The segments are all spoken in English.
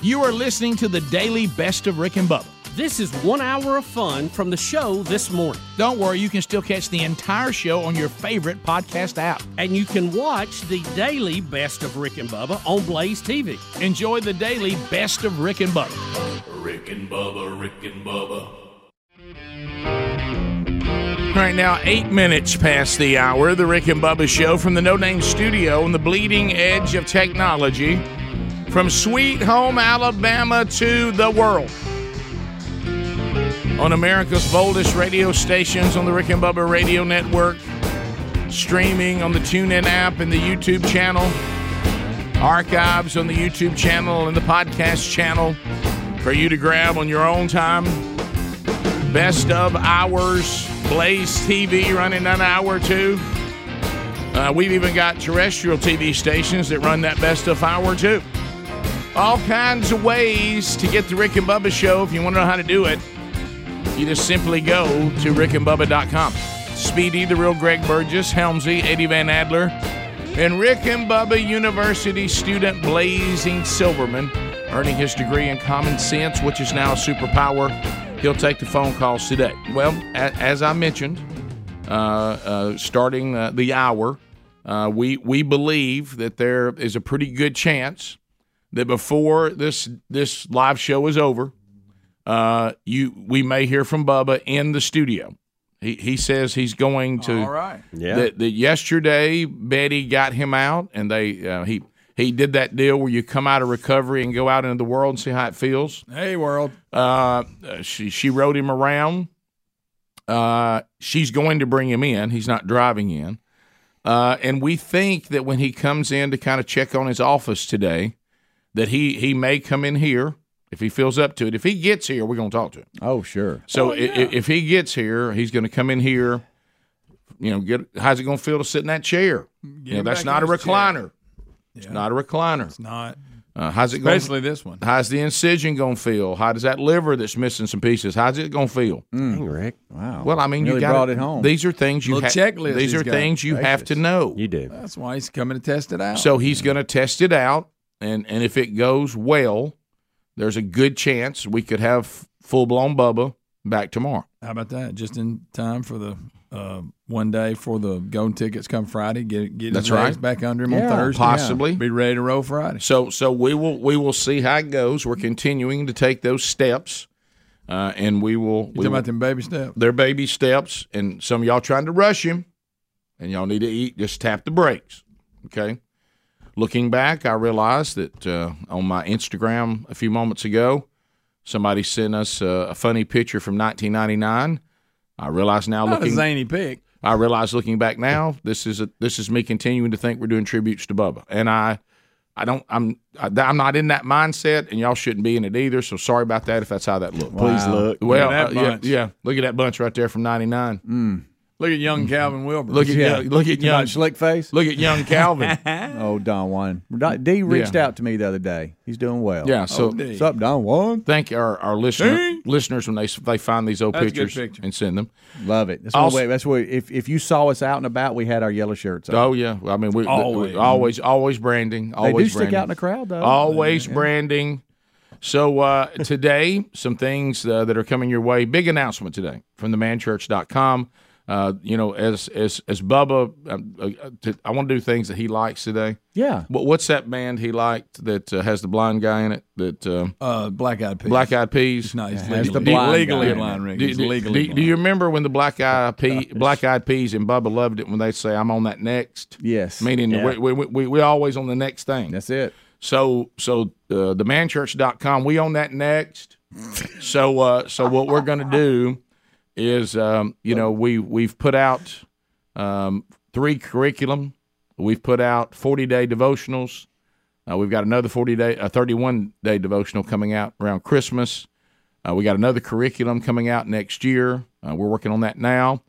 You are listening to the daily best of Rick and Bubba. This is one hour of fun from the show this morning. Don't worry, you can still catch the entire show on your favorite podcast app. And you can watch the daily best of Rick and Bubba Oh, on Blaze TV. Enjoy the daily best of Rick and Bubba. Rick and Bubba, Rick and Bubba. Right now, eight minutes past the hour, the Rick and Bubba show from the No Name Studio on the bleeding edge of technology, from sweet home Alabama to the world. On America's boldest radio stations on the Rick and Bubba Radio Network, streaming on the TuneIn app and the YouTube channel, archives on the YouTube channel and the podcast channel for you to grab on your own time. Best of Hours, Blaze TV running an hour too. Uh, we've even got terrestrial TV stations that run that Best of Hour too. All kinds of ways to get the Rick and Bubba show. If you want to know how to do it, you just simply go to rickandbubba.com. Speedy, the real Greg Burgess, Helmsy, Eddie Van Adler, and Rick and Bubba University student Blazing Silverman, earning his degree in common sense, which is now a superpower. He'll take the phone calls today. Well, a- as I mentioned, uh, uh, starting uh, the hour, uh, we we believe that there is a pretty good chance that before this this live show is over, uh, you we may hear from Bubba in the studio. He he says he's going to. All right. Yeah. That, that yesterday Betty got him out, and they uh, he he did that deal where you come out of recovery and go out into the world and see how it feels. Hey, world. Uh, she she rode him around. Uh, she's going to bring him in. He's not driving in. Uh, and we think that when he comes in to kind of check on his office today, that he he may come in here if he feels up to it. If he gets here, we're going to talk to him. Oh, sure. So i if, if he gets here, he's going to come in here. You know, get how's it going to feel to sit in that chair? you know, him that's back not a in his chair. recliner. It's not a recliner. It's not. Uh, how's it going? Especially this one. How's the incision going to feel? How does that liver that's missing some pieces? How's it going to feel? Mm. Dang, Rick. Wow. Well, I mean, you Really got brought it home. These are things you Little checklist These he's are got. things you have to know. you do. That's why he's coming to test it out. So he's going to test it out, and and if it goes well, there's a good chance we could have full blown Bubba back tomorrow. how about that? Just in time for the uh, one day for the golden tickets come Friday. Get get That's his legs right. back under him on Yeah. Thursday. Possibly. be ready to roll Friday. So so we will we will see how it goes. We're continuing to take those steps, uh, and we You will. We talking will about them baby steps? their baby steps, and some of y'all trying to rush him, and y'all need to eat. Just tap the brakes, okay? Looking back, I realized that uh, on my Instagram a few moments ago, somebody sent us uh, a funny picture from 1999. I realize now Not a looking. zany pick. I realize looking back now, this is a, this is me continuing to think we're doing tributes to Bubba, and I, I don't, I'm, I, I'm not in that mindset, and y'all shouldn't be in it either. So sorry about that if that's how that looked. Please look. Well, Look at uh, that yeah, bunch. yeah. Look at that bunch right there from '99. Look at young Calvin Wilbur. Mm. Mm-hmm. Look at Yeah. young, look at You young, got slick face. look at young Calvin. Oh, Don Juan. Don- D reached out to me the other day. He's doing well. Oh, yeah. So Oh, dude. What's up, Don Juan? thank our our listener, Dang. listeners when they they find these old That's a good pictures picture. and send them. Love it. That's Also- what. That's what. If if you saw us out and about, we had our yellow shirts. on. Oh yeah. Well, I mean, we always Always. always, always branding. they Always do stick branding. out in the crowd though. Always branding. So uh, today, some things uh, that are coming your way. Big announcement today from themanchurch.com. Uh, you know, as as as Bubba, um, uh, uh, to, I want to do things that he likes today. Yeah. What, what's that band he liked that uh, has the blind guy in it? That uh, uh, black eyed peas. Black Eyed Peas. No, he's Yeah, legally that's the blind. blind legally guy. blind, Rick. Do, He's do- legally do- blind. do you remember when the black eyed pea, black eyed peas and Bubba loved it when they say I'm on that next, Yes. meaning Yeah. we, we, we we always on the next thing. That's it. So so uh, themanchurch.com, we own that next. so uh, so what we're going to do is um, you know we we've put out um, three curriculum. We've put out 40 day devotionals. Uh, we've got another 40 day, a 31 day devotional coming out around Christmas. Uh, we got another curriculum coming out next year. Uh, we're working on that now,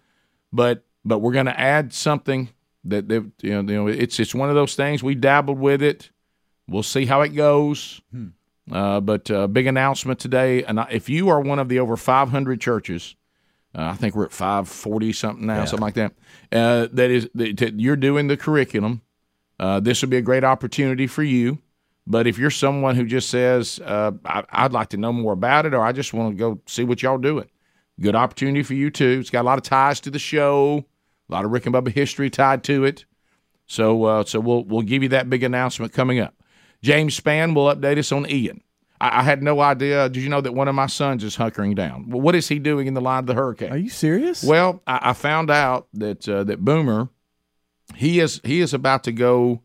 but but we're going to add something that, that you, know, you know it's it's one of those things we dabbled with it. We'll see how it goes. Uh, but uh, big announcement today, and I- if you are one of the over 500 churches, uh, I think we're at 540 something now, something like that. Uh, that is that that you're doing the curriculum. Uh, this would be a great opportunity for you. But if you're someone who just says, uh, I, I'd like to know more about it, or I just want to go see what y'all doing, good opportunity for you too. It's got a lot of ties to the show, a lot of Rick and Bubba history tied to it. So, uh, so we'll we'll give you that big announcement coming up. James Spann will update us on Ian. I, I had no idea. Did you know that one of my sons is hunkering down? Well, what is he doing in the line of the hurricane? Are you serious? Well, I, I found out that uh, that Boomer, he is he is about to go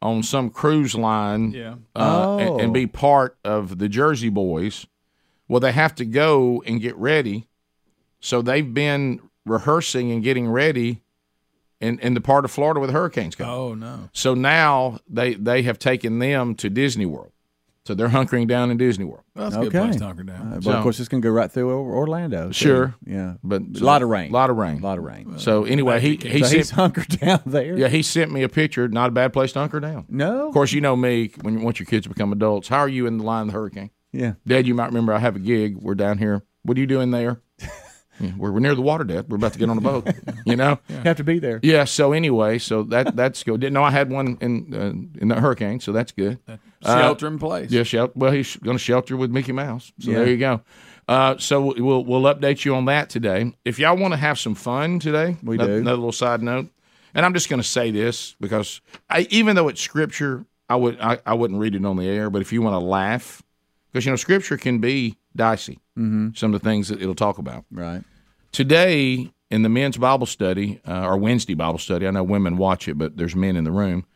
on some cruise line, Yeah. uh, and, Oh. and Oh. be part of the Jersey Boys. Well, they have to go and get ready, so they've been rehearsing and getting ready, in in the part of Florida where the hurricanes come. Oh no. So now they they have taken them to Disney World, so they're hunkering down in Disney World. Well, that's a good Okay. place to hunker Uh, down. but So- of course, it's going to go right through Or- Orlando. so, Sure. Yeah. But a lot of rain. lot of rain. A lot of rain. So anyway, he he so he's sent, hunkered down there. yeah he sent me a picture. Not a bad place to hunker down. No. Of course, you know me. When once your kids become adults, how are you in the line of the hurricane? Yeah. Dad, you might remember I have a gig. We're down here. What are you doing there? Yeah, we're, we're near the water, Dad. We're about to get on a boat. You know. You have to be there. Yeah. So anyway, so that that's good. Didn't know I had one in uh, in the hurricane, so that's good. Uh, Shelter in place. Yeah, shelter. Well, he's going to shelter with Mickey Mouse. So Yeah. there you go. Uh, so we'll we'll update you on that today. If y'all want to have some fun today, We ano- do. Another little side note, and I'm just going to say this because I, even though it's scripture, I would I, I wouldn't read it on the air. But if you want to laugh, because you know scripture can be dicey. Mm-hmm. Some of the things that it'll talk about Right. today in the men's Bible study uh, or Wednesday Bible study. I know women watch it, but there's men in the room,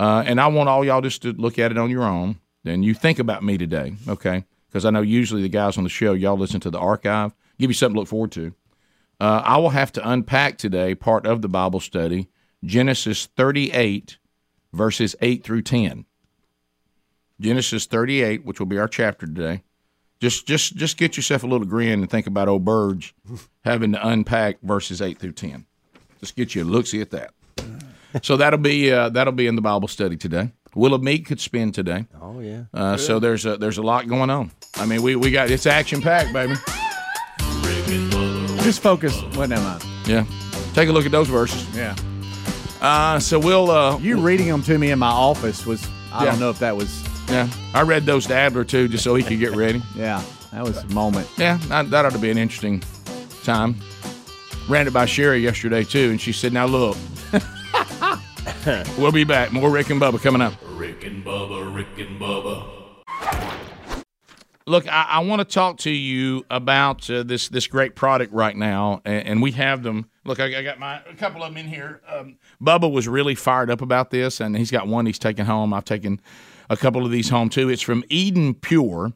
uh, and I want all y'all just to look at it on your own. And you think about me today, okay? Because I know usually the guys on the show, y'all listen to the archive, give you something to look forward to. Uh, I will have to unpack today part of the Bible study, Genesis 38, verses 8 through 10. Genesis 38, which will be our chapter today. Just just just get yourself a little grin and think about old Burge having to unpack verses eight through ten. Just get you a look see at that. So that'll be uh, that'll be in the Bible study today. Willa Mead could spin today. Oh yeah. Uh, so there's a there's a lot going on. I mean we, we got it's action packed, baby. Just focus. What am I? Yeah. Take a look at those verses. Yeah. Uh, so we'll uh, You reading them to me in my office was. I Yeah. don't know if that was. yeah. I read those to Adler too, just so he could get ready. Yeah. That was a moment. Yeah, that, that ought to be an interesting time. Ran it by Sherry yesterday too, and she said, "Now look, we'll be back. More Rick and Bubba coming up. Rick and Bubba, Rick and Bubba, Look, I, I want to talk to you about uh, this this great product right now, and, and we have them. Look, I, I got my a couple of them in here. Um, Bubba was really fired up about this, and he's got one he's taken home. I've taken a couple of these home too. It's from Eden Pure.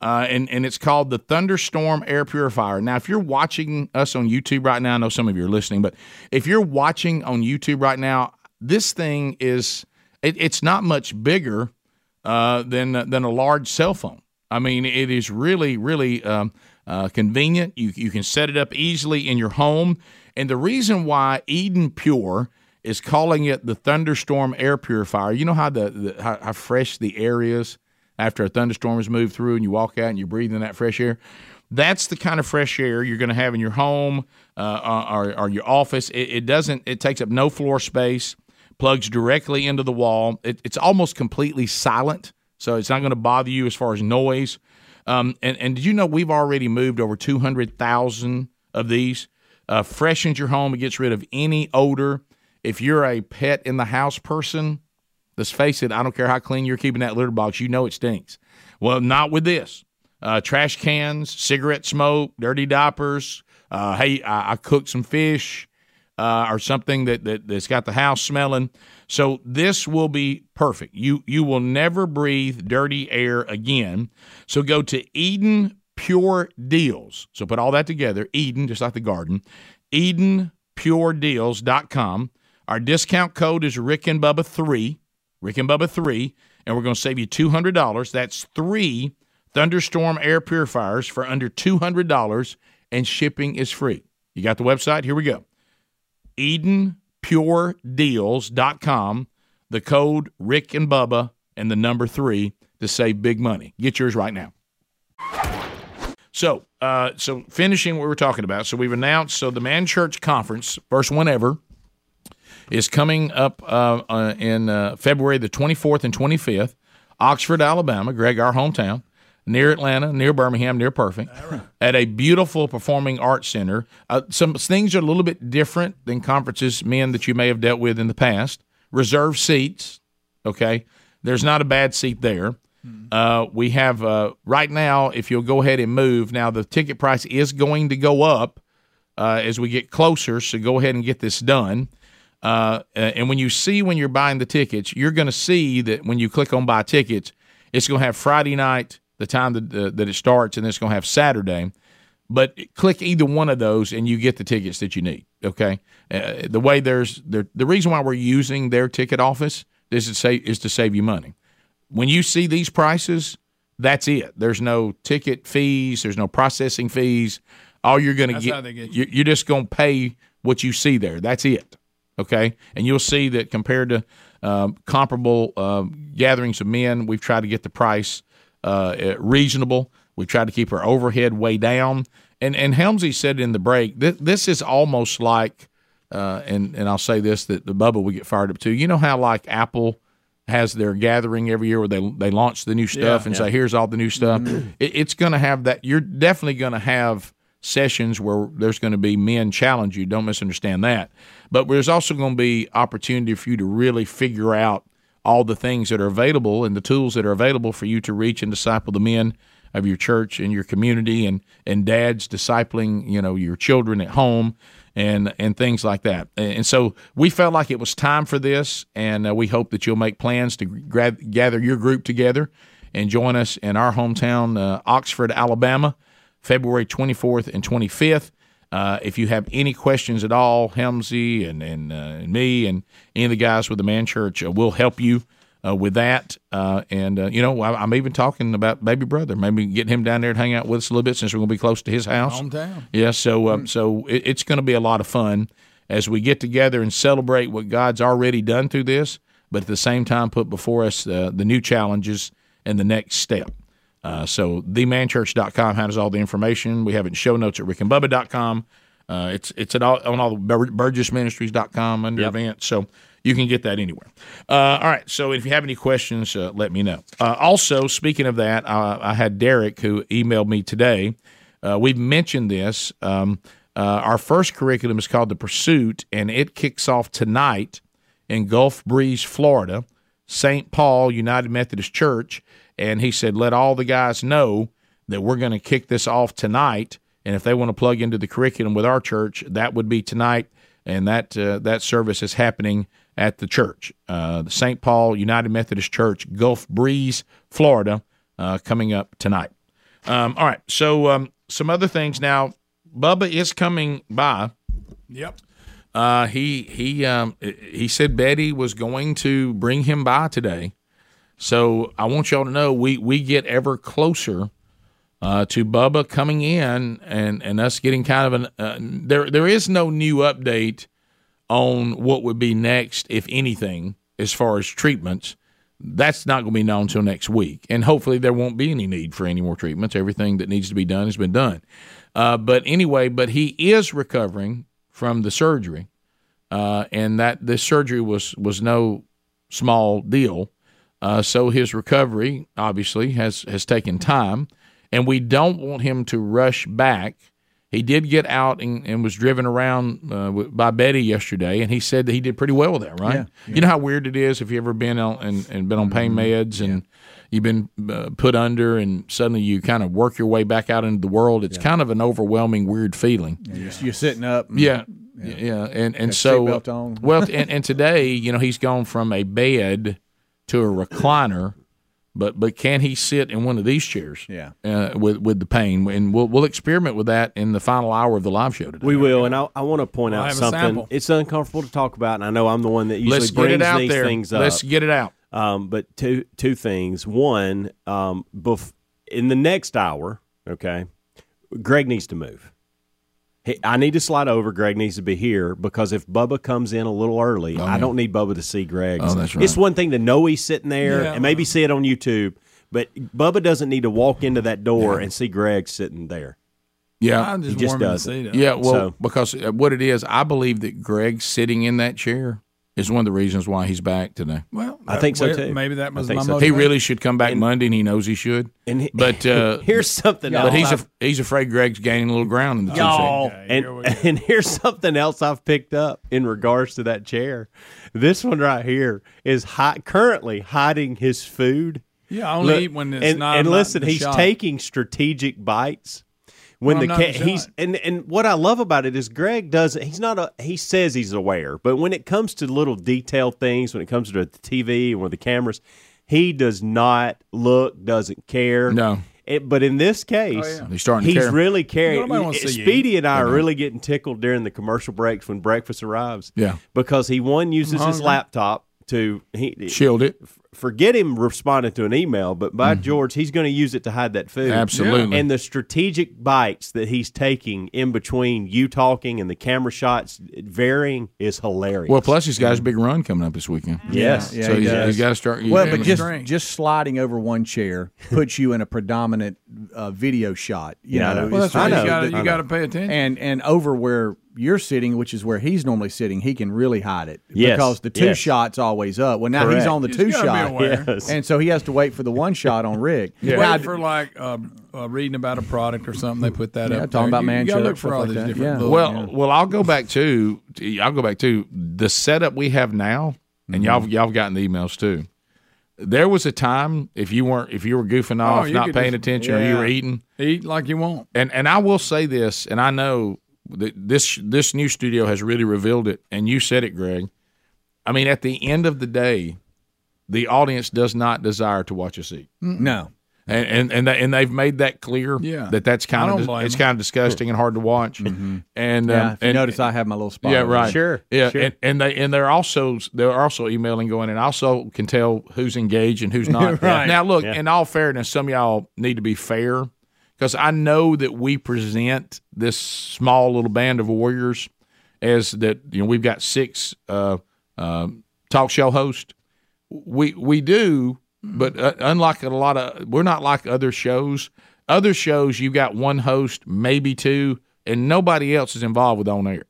uh, and and it's called the Thunderstorm Air Purifier. Now, if you're watching us on YouTube right now, I know some of you are listening, but if you're watching on YouTube right now, this thing is it, it's not much bigger uh, than than a large cell phone. I mean, it is really really um, uh, convenient. You you can set it up easily in your home, and the reason why Eden Pure is calling it the thunderstorm air purifier. You know how the, the how, how fresh the air is after a thunderstorm has moved through and you walk out and you're breathing that fresh air. That's the kind of fresh air you're going to have in your home uh, or, or your office. It, it doesn't. It takes up no floor space. Plugs directly into the wall. It, it's almost completely silent, so it's not going to bother you as far as noise. Um, and, and did you know we've already moved over 200,000 of these? Uh, freshens your home. It gets rid of any odor. If you're a pet in the house person, Let's face it, I don't care how clean you're keeping that litter box, you know it stinks. Well, not with this. Uh, trash cans, cigarette smoke, dirty diapers. Uh, hey, I, I cooked some fish uh, or something that, that that's got the house smelling. So this will be perfect. You you will never breathe dirty air again. So go to Eden Pure Deals. So put all that together. Eden, just like the garden. Eden puredeals.com. Our discount code is Rick and Bubba 3, Rick and Bubba 3, and we're going to save you $200. That's 3 Thunderstorm air purifiers for under $200 and shipping is free. You got the website? Here we go. EdenPureDeals.com, the code Rick and Bubba, and the number three to save big money. Get yours right now. So, uh, so finishing what we were talking about. So we've announced. So the Man Church Conference, first one ever, is coming up uh, uh, in uh, February the 24th and 25th, Oxford, Alabama. Greg, our hometown, near Atlanta, near Birmingham, near Perfect, at a beautiful performing arts center. Uh, some things are a little bit different than conferences, men that you may have dealt with in the past. Reserve seats, okay. There's not a bad seat there. Uh, we have uh, right now. If you'll go ahead and move now, the ticket price is going to go up uh, as we get closer. So go ahead and get this done. Uh, uh, and when you see when you're buying the tickets, you're going to see that when you click on buy tickets, it's going to have Friday night, the time that, uh, that it starts, and it's going to have Saturday. But click either one of those, and you get the tickets that you need. Okay. Uh, the way there's there, the reason why we're using their ticket office is to save is to save you money. When you see these prices, that's it. There's no ticket fees. There's no processing fees. All you're going to That's get, how they get you. you- you're just going to pay what you see there. That's it. Okay. And you'll see that compared to um, comparable um, gatherings of men, we've tried to get the price uh, eh, reasonable. We've tried to keep our overhead way down. And and Helmsy said in the break, th- this is almost like, uh, and and I'll say this that the Bubba would get fired up too. You know how like Apple has their gathering every year where they they launch the new stuff and say here's all the new stuff. it, it's going to have that. You're definitely going to have sessions where there's going to be men challenge you. Don't misunderstand that. But there's also going to be opportunity for you to really figure out all the things that are available and the tools that are available for you to reach and disciple the men of your church and your community and and dads discipling you know your children at home and and things like that and and so we felt like it was time for this and uh, we hope that you'll make plans to gra- gather your group together and join us in our hometown uh, oxford alabama February 24th and 25th. Uh, if you have any questions at all, Helmsy and and, uh, and me and any of the guys with the Man Church uh, will help you uh, with that. Uh, and uh, you know, I, I'm even talking about baby brother. Maybe getting him down there and hang out with us a little bit since we're going to be close to his house. Hometown. Yeah, so um, so it, it's going to be a lot of fun as we get together and celebrate what God's already done through this, but at the same time put before us uh, the new challenges and the next step. Uh, so themanchurch.com has all the information. We have it in show notes at rickandbubba.com. Uh, it's it's at all, on all the Bur- burgessministries.com under events. So you can get that anywhere. Uh, all right. So if you have any questions, uh, let me know. Uh, also, speaking of that, uh, I had Derek who emailed me today. Uh, we've mentioned this. Um, uh, our first curriculum is called The Pursuit, and it kicks off tonight in Gulf Breeze, Florida, St. Paul United Methodist Church. And he said, let all the guys know that we're going to kick this off tonight. And if they want to plug into the curriculum with our church, that would be tonight. And that uh, that service is happening at the church, uh, the St. Paul United Methodist Church, Gulf Breeze, Florida, uh, coming up tonight. Um, all right. So um, some other things now. Bubba is coming by. Yep. Uh, he he um, he said Betty was going to bring him by today. So I want y'all to know we we get ever closer uh, to Bubba coming in and and us getting kind of an uh, there there is no new update on what would be next if anything as far as treatments. That's not going to be known until next week, and hopefully there won't be any need for any more treatments. Everything that needs to be done has been done. Uh, but anyway, but he is recovering from the surgery, uh, and that this surgery was was no small deal. Uh, so his recovery obviously has has taken time, and we don't want him to rush back. He did get out and, and was driven around uh, w- by Betty yesterday, and he said that he did pretty well with that, right? Yeah, Mm-hmm. You know how weird it is if you ever been on and, and been on pain meds and you've been uh, put under, and suddenly you kind of work your way back out into the world. It's kind of an overwhelming, weird feeling. You're, you're sitting up. and- Yeah. Yeah. And and Got so uh, seatbelt on. well and, and today, you know, he's gone from a bed to a recliner But but can he sit in one of these chairs? Yeah. Uh, with with the pain, and we'll we'll experiment with that in the final hour of the live show today. We will, and I, I want to point out have a something. sample. It's uncomfortable to talk about, and I know I'm the one that usually Let's brings get it out these there. things up. Let's get it out. Um, but two two things. One, um, bef- in the next hour, okay, Greg needs to move. He, I need to slide over. Greg needs to be here because if Bubba comes in a little early, I don't need Bubba to see Greg. Oh, that's right. It's one thing to know he's sitting there Yeah. and maybe see it on YouTube, but Bubba doesn't need to walk into that door and see Greg sitting there. Yeah. I'm just, He just warming to does it. see that. Yeah. Well, So- because uh, what it is, I believe that Greg sitting in that chair is one of the reasons why he's back today. Well, I that- think so, well, too. Maybe that I was think my so. He motivation. really should come back Monday, and he knows he should. And he- but uh, Here's something else. but he's af- he's afraid Greg's gaining a little ground in the two Y'all. seconds. and, and here's something else I've picked up in regards to that chair. This one right here is hi- currently hiding his food. Yeah, I only Look, eat when it's and, not. and I'm not listen, in the he's shot. taking strategic bites. When When the I'm not in cat, the he's shot. and and what I love about it is Greg does he's not a he says he's aware, but when it comes to little detailed things, when it comes to the TV or the cameras, he does not look, doesn't care. No. It- but in this Oh, case, He's starting to he's care. really caring. Nobody wants to see you Speedy and I are really getting tickled during the commercial breaks when breakfast arrives. Yeah. because he one uses his laptop to he Chilled it. Mm-hmm. forget him responding to an email, but by George, he's going to use it to hide that food. Absolutely. And the strategic bites that he's taking in between you talking and the camera shots varying is hilarious. Well, plus he's got his big run coming up this weekend. yes. Yeah, so he he's, does. he's got to start. Well, yeah, but he's- just drink. just sliding over one chair puts you in a predominant uh, video shot. You Yeah, I know, know. Well, it's- that's right. I know. You gotta- I You know. got to pay attention. and and over where you're sitting, which is where he's normally sitting, he can really hide it Yes, because the two yes. shots always up. Well, now Correct. he's on the You two just gotta be shot, aware. Yes. and so he has to wait for the one shot on Rick. Wait Now, for like uh, uh, reading about a product or something. They put that Yeah, up. talking there. about You- you, man gotta chip, look for stuff all like these that. different. Yeah. little- well, well, I'll go back to I'll go back to the setup we have now, and Mm-hmm. y'all y'all have gotten the emails too. There was a time if you weren't if you were goofing Oh, off, you not could paying just- attention, or you were yeah. eating, eat like you want. and and I will say this, and I know that this this new studio has really revealed it, and you said it, Greg. I mean, at the end of the day, the audience does not desire to watch us eat, no, and and and, they, and they've made that clear. Yeah. that that's I kind don't of blame it's them. kind of disgusting and hard to watch. Mm-hmm. And um, yeah. If you and- notice, I have my little spot. yeah, over right. there. Sure, Yeah, sure. And, and they and they're also they're also emailing going, and I also can tell who's engaged and who's not. Right. Now, look, in all fairness, some of y'all need to be fair because I know that we present this small little band of warriors as that you know we've got six uh, uh, talk show hosts. We we do, Mm-hmm. but uh, unlike a lot of, we're not like other shows. Other shows, you've got one host, maybe two, and nobody else is involved with on air.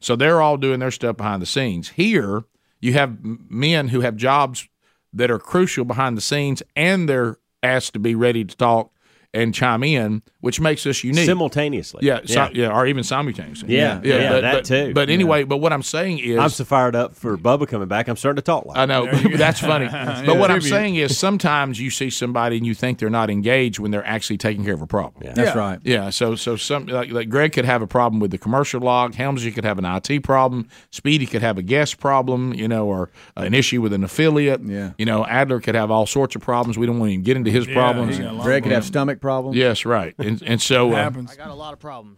So they're all doing their stuff behind the scenes. Here, you have m- men who have jobs that are crucial behind the scenes, and they're asked to be ready to talk and chime in, which makes us unique. Simultaneously. yeah, yeah. yeah, or even simultaneously. Yeah, yeah, but, that but- too. But anyway, but what I'm saying is, Uh, I'm so fired up for Bubba coming back. I'm starting to talk like I know that's funny. But what I'm tribute. saying is, sometimes you see somebody and you think they're not engaged when they're actually taking care of a problem. Yeah. That's Yeah. right. Yeah, so so some like, like Greg could have a problem with the commercial log. Helmsy could have an IT problem. Speedy could have a guest problem, you know, or an issue with an affiliate. Yeah. you know, Adler could have all sorts of problems. We don't want to even get into his problems. Yeah, a lot of Greg could have stomach problems. Yes, right. And and so uh, happens.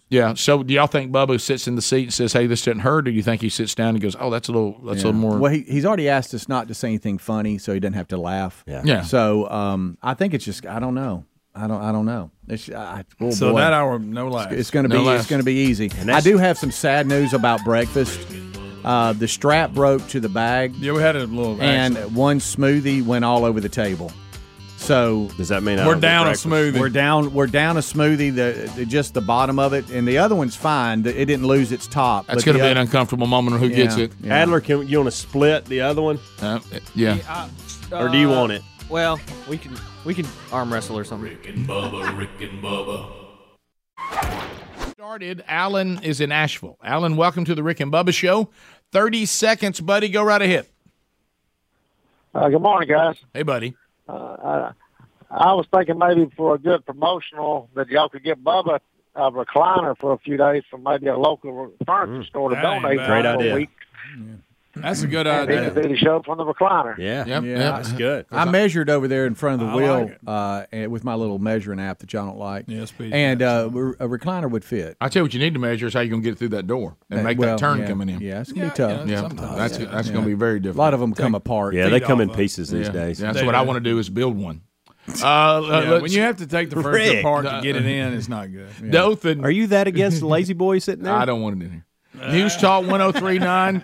yeah, so do y'all think Bubba sits in the seat and says, "Hey, this didn't hurt," or do you think he sits down and goes, "Oh, that's a little, that's a little more." Well, he, he's already asked us not to say anything funny, so he doesn't have to laugh. Yeah. So um, I think it's just I don't know. I don't. I don't know. It's, I, oh, So boy. that hour, no laughs. It's going to No be laughs. it's going to be easy. I do have some sad news about breakfast. Uh, the strap broke to the bag, yeah, we had a little. and accident. one smoothie went all over the table. So Does that mean I we're don't get down a breakfast? smoothie. we're down we're down a smoothie, the, the just the bottom of it, and the other one's fine. It didn't lose its top. that's but going to the be an oth- uncomfortable moment. Who gets Yeah, it? yeah. Adler, can you want to split the other one, Uh, yeah. uh, or do you Uh, want it? Well, we can we can arm wrestle or something. Rick and Bubba, Rick and Bubba. started. Alan is in Asheville. Alan, welcome to the Rick and Bubba Show. 30 seconds, buddy. Go right ahead. Uh, good morning, guys. Hey, buddy. Uh, I was thinking maybe for a good promotional that y'all could get Bubba a Mm. recliner for a few days from maybe a local furniture store to that ain't donate bad. for Great a idea. week. That's a good Video idea. video show from the recliner. Yeah. Yeah. Yep, yep. That's good. I measured over there in front of the I wheel like it. uh, and with my little measuring app that y'all don't like. Yeah, speed and uh, a recliner would fit. I tell you what you need to measure is how you're gonna get through that door and make well, that turn yeah, coming in. Yeah, it's gonna Yeah, be tough. yeah. Yeah, Sometimes, that's yeah. that's going to be very A difficult. lot of them come apart. Yeah, they come in off of- pieces these Yeah, days. That's They what I do. want to do is build one. Uh, Yeah, when you have to take the furniture Rick. apart to Uh-uh. get it in, it's not good. Dothan, Are you that against the lazy boy sitting there? I don't want it in here. News Talk 1039.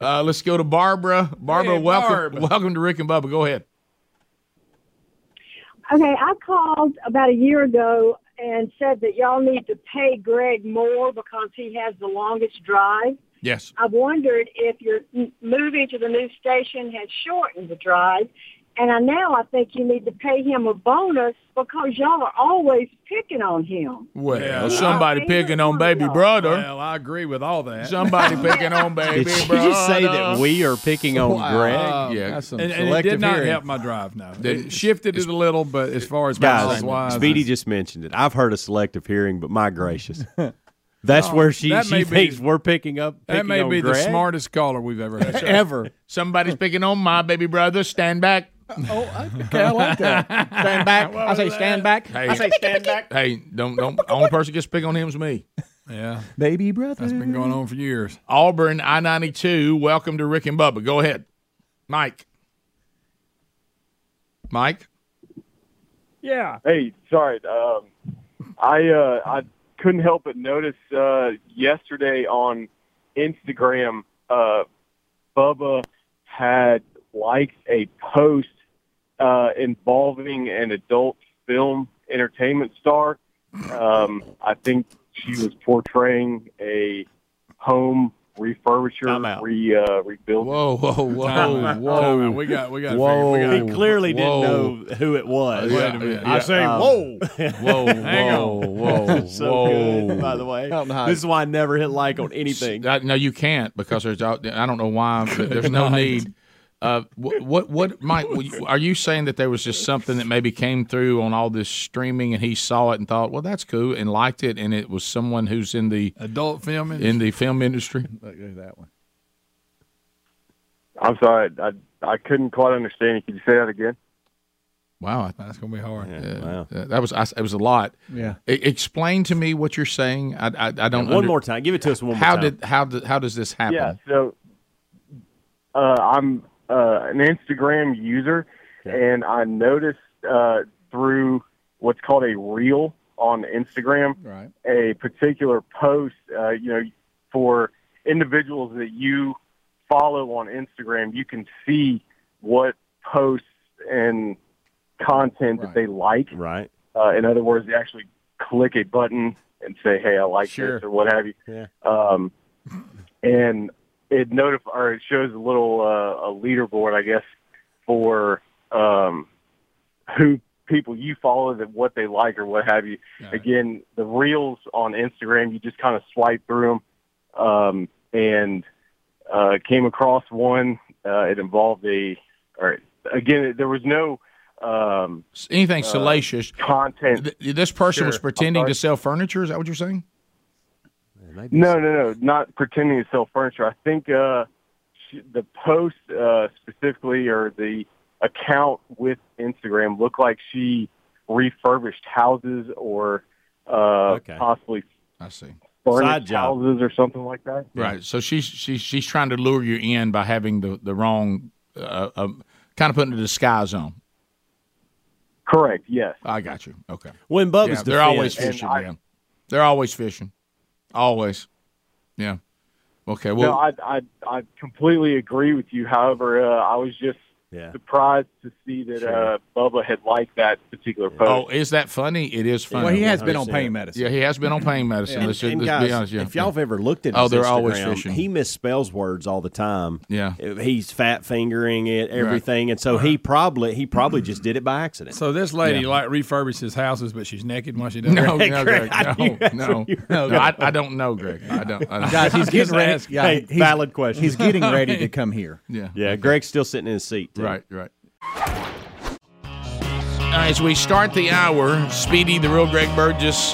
Uh, let's go to Barbara. Barbara, Hey, welcome Barb. welcome to Rick and Bubba. Go ahead. Okay, I called about a year ago and said that y'all need to pay Greg more because he has the longest drive. Yes. I wondered if your m- moving to the new station has shortened the drive. And I now I think you need to pay him a bonus because y'all are always picking on him. Well, Yeah. somebody Yeah. picking on baby brother. Well, I agree with all that. Somebody picking on baby Did you brother. just say that we are picking on Greg? yeah. That's some Uh, and, and it selective did not hearing. help my drive. No, Did- it shifted it a little, but as far as miles Guys, wise, Speedy just mentioned it. I've heard of selective hearing, but my gracious. That's where she, that may she be- thinks we're picking up. that picking may on be the Greg. smartest caller we've ever had. ever. Somebody's picking on my baby brother. Stand back. Oh, Okay, Oh, I like that. Stand back. I say stand back. Hey, stand back. Hey, don't don't. Only person gets to pick on him is me. Yeah, Baby brother. that's been going on for years. Auburn I ninety two. Welcome to Rick and Bubba. Go ahead, Mike. Mike. Yeah. Hey, sorry. Um, I uh, I couldn't help but notice uh, yesterday on Instagram, uh, Bubba had liked a post uh, involving an adult film entertainment star. Um, I think she was portraying a home Time refurbisher, out. re uh, rebuild. Whoa, whoa, whoa, Whoa, we got, we got, Whoa. we got. He clearly Whoa. um, didn't know who it was. Um, Wait a minute. I say, whoa. whoa, whoa, whoa, so whoa. good, by the way. Help me hide. This is why I never hit like on anything. Uh, no, you can't because there's. I don't know why. But there's no need. Uh, what, what, what, Mike? were you- Are you saying that there was just something that maybe came through on all this streaming, and he saw it and thought, "Well, that's cool," and liked it, and it was someone who's in the adult filming. in the film industry? that one. I'm sorry. I, I couldn't quite understand it. Could you say that again? Wow, I, that's gonna be hard. Yeah, wow. uh, that was I, it was a lot. Yeah. E- explain to me what you're saying. I, I, I don't. One under- more time. Give it to us one more How time. did how did how does this happen? Yeah, so uh, I'm uh, an Instagram user, and I noticed uh, through what's called a reel on Instagram, Right. a particular post, uh, you know, for individuals that you follow on Instagram, you can see what posts and content Right. that they like. Right. Uh, in other words, they actually click a button and say, "Hey, I like Sure. this" or what have you. Yeah. Um, and it notif- or it shows a little uh, a leaderboard, I guess, for um, who people you follow that what they like or what have you. Again, the reels on Instagram, you just kind of swipe through them, um, and uh, came across one. Uh, it involved a, or again, there was no um, S- Anything salacious? content Th- this person was Sure. pretending I'm to sell furniture. Is that what you're saying? No, no, no, not pretending to sell furniture. I think uh, sh the post uh, specifically or the account with Instagram looked like she refurbished houses or uh, Okay. possibly I see. Side furnished job. houses or something like that. Right. So she's she's she's trying to lure you in by having the the wrong, uh, um, kind of putting a disguise on. Correct. Yes. I got you. Okay. When Yeah, Bubba's they're always And fishing. I- man. They're always fishing. Always. Yeah. Okay. Well, no, I, I I completely agree with you. However, uh, I was just Yeah. surprised to see that Sure. uh, Bubba had liked that particular post. oh, is that funny? It is funny. Well, he has been on 100%. pain medicine. Yeah, he has been on pain medicine. And- let's and let's guys, be honest. Yeah. If y'all have ever looked at his Oh, they're always Instagram, fishing. He misspells words all the time. Uh, Yeah. He's fat fingering it, everything, and so he probably he probably just did it by accident. So this lady like refurbishes houses, but she's naked when she does. no, it. no, Greg, no, no, no, I, I don't know, Greg. I don't. I don't. Guys, he's getting ready. Ask- yeah, hey, he's- valid question. He's getting ready to come here. yeah, yeah, Greg's still sitting in his seat. too. right, right. uh, As we start the hour, Speedy, the real Greg Burgess,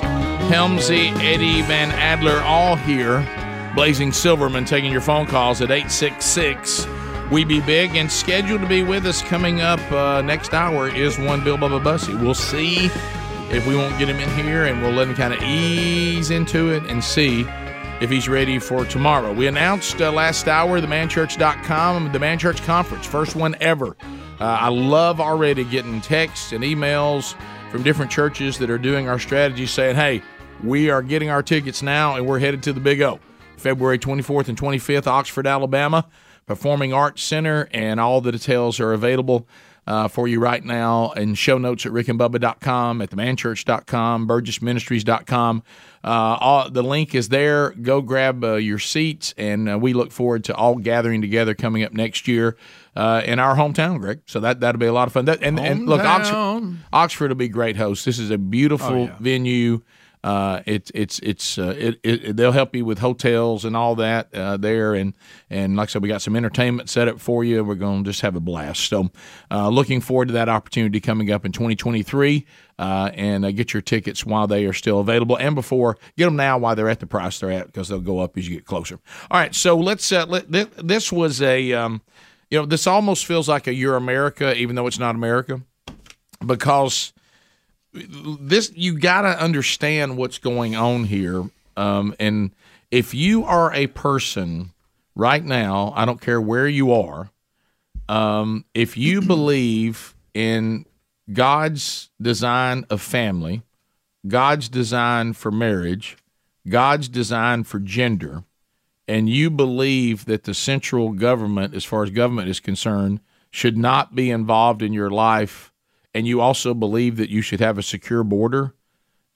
Helmsy, Eddie Van Adler, all here. Blazing Silverman taking your phone calls at 866 We Be Big. And scheduled to be with us coming up uh, next hour is one Bill Bubba Bussy. We'll see if we won't get him in here and we'll let him kind of ease into it and see if he's ready for tomorrow. We announced uh, last hour the manchurch.com, the Man Church Conference, first one ever. Uh, I love already getting texts and emails from different churches that are doing our strategy saying, hey, we are getting our tickets now and we're headed to the Big O. February 24th and 25th, Oxford, Alabama, Performing Arts Center, and all the details are available uh, for you right now in show notes at rickandbubba.com, at themanchurch.com, burgessministries.com. Uh, all, the link is there. Go grab uh, your seats, and uh, we look forward to all gathering together coming up next year uh, in our hometown, Greg. So that, that'll be a lot of fun. That, and, and look, Oxford, Hometown. Oxford will be great hosts. This is a beautiful Oh, yeah. venue. Uh, it's it's it's uh, it, it, they'll help you with hotels and all that uh, there and and like I said we got some entertainment set up for you we're gonna just have a blast so uh, looking forward to that opportunity coming up in 2023 uh, and uh, get your tickets while they are still available and before get them now while they're at the price they're at because they'll go up as you get closer all right so let's uh, let th- this was a um, you know this almost feels like a You're America even though it's not America because this you got to understand what's going on here um, and if you are a person right now i don't care where you are um, if you believe in god's design of family god's design for marriage god's design for gender and you believe that the central government, as far as government is concerned, should not be involved in your life, and you also believe that you should have a secure border,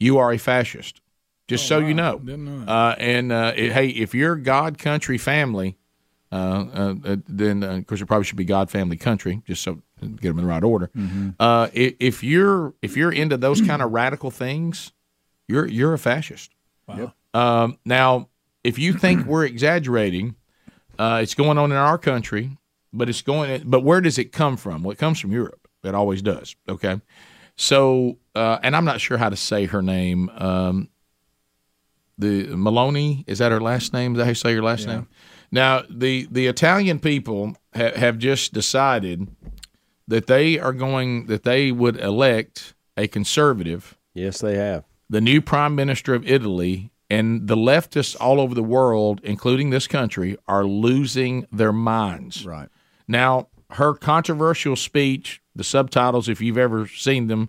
you are a fascist. Just so you know. Uh, and uh, it- hey, if you're God, country, family, uh, uh, uh, then uh, of course it probably should be God, family, country, just so get them in the right order. Uh, i- if you're if you're into those kind of radical things, you're you're a fascist. Wow. Um, now, if you think we're exaggerating, uh, it's going on in our country, but it's going. But where does it come from? Well, it comes from Europe. It always does. Okay. So, uh, and I'm not sure how to say her name. Um, the Maloney is that her last name? Is that how you say your last name? Now, the the Italian people ha- have just decided that they are going that they would elect a conservative. Yes, they have the new prime minister of Italy, and the leftists all over the world, including this country, are losing their minds. Right now, her controversial speech, the subtitles, if you've ever seen them.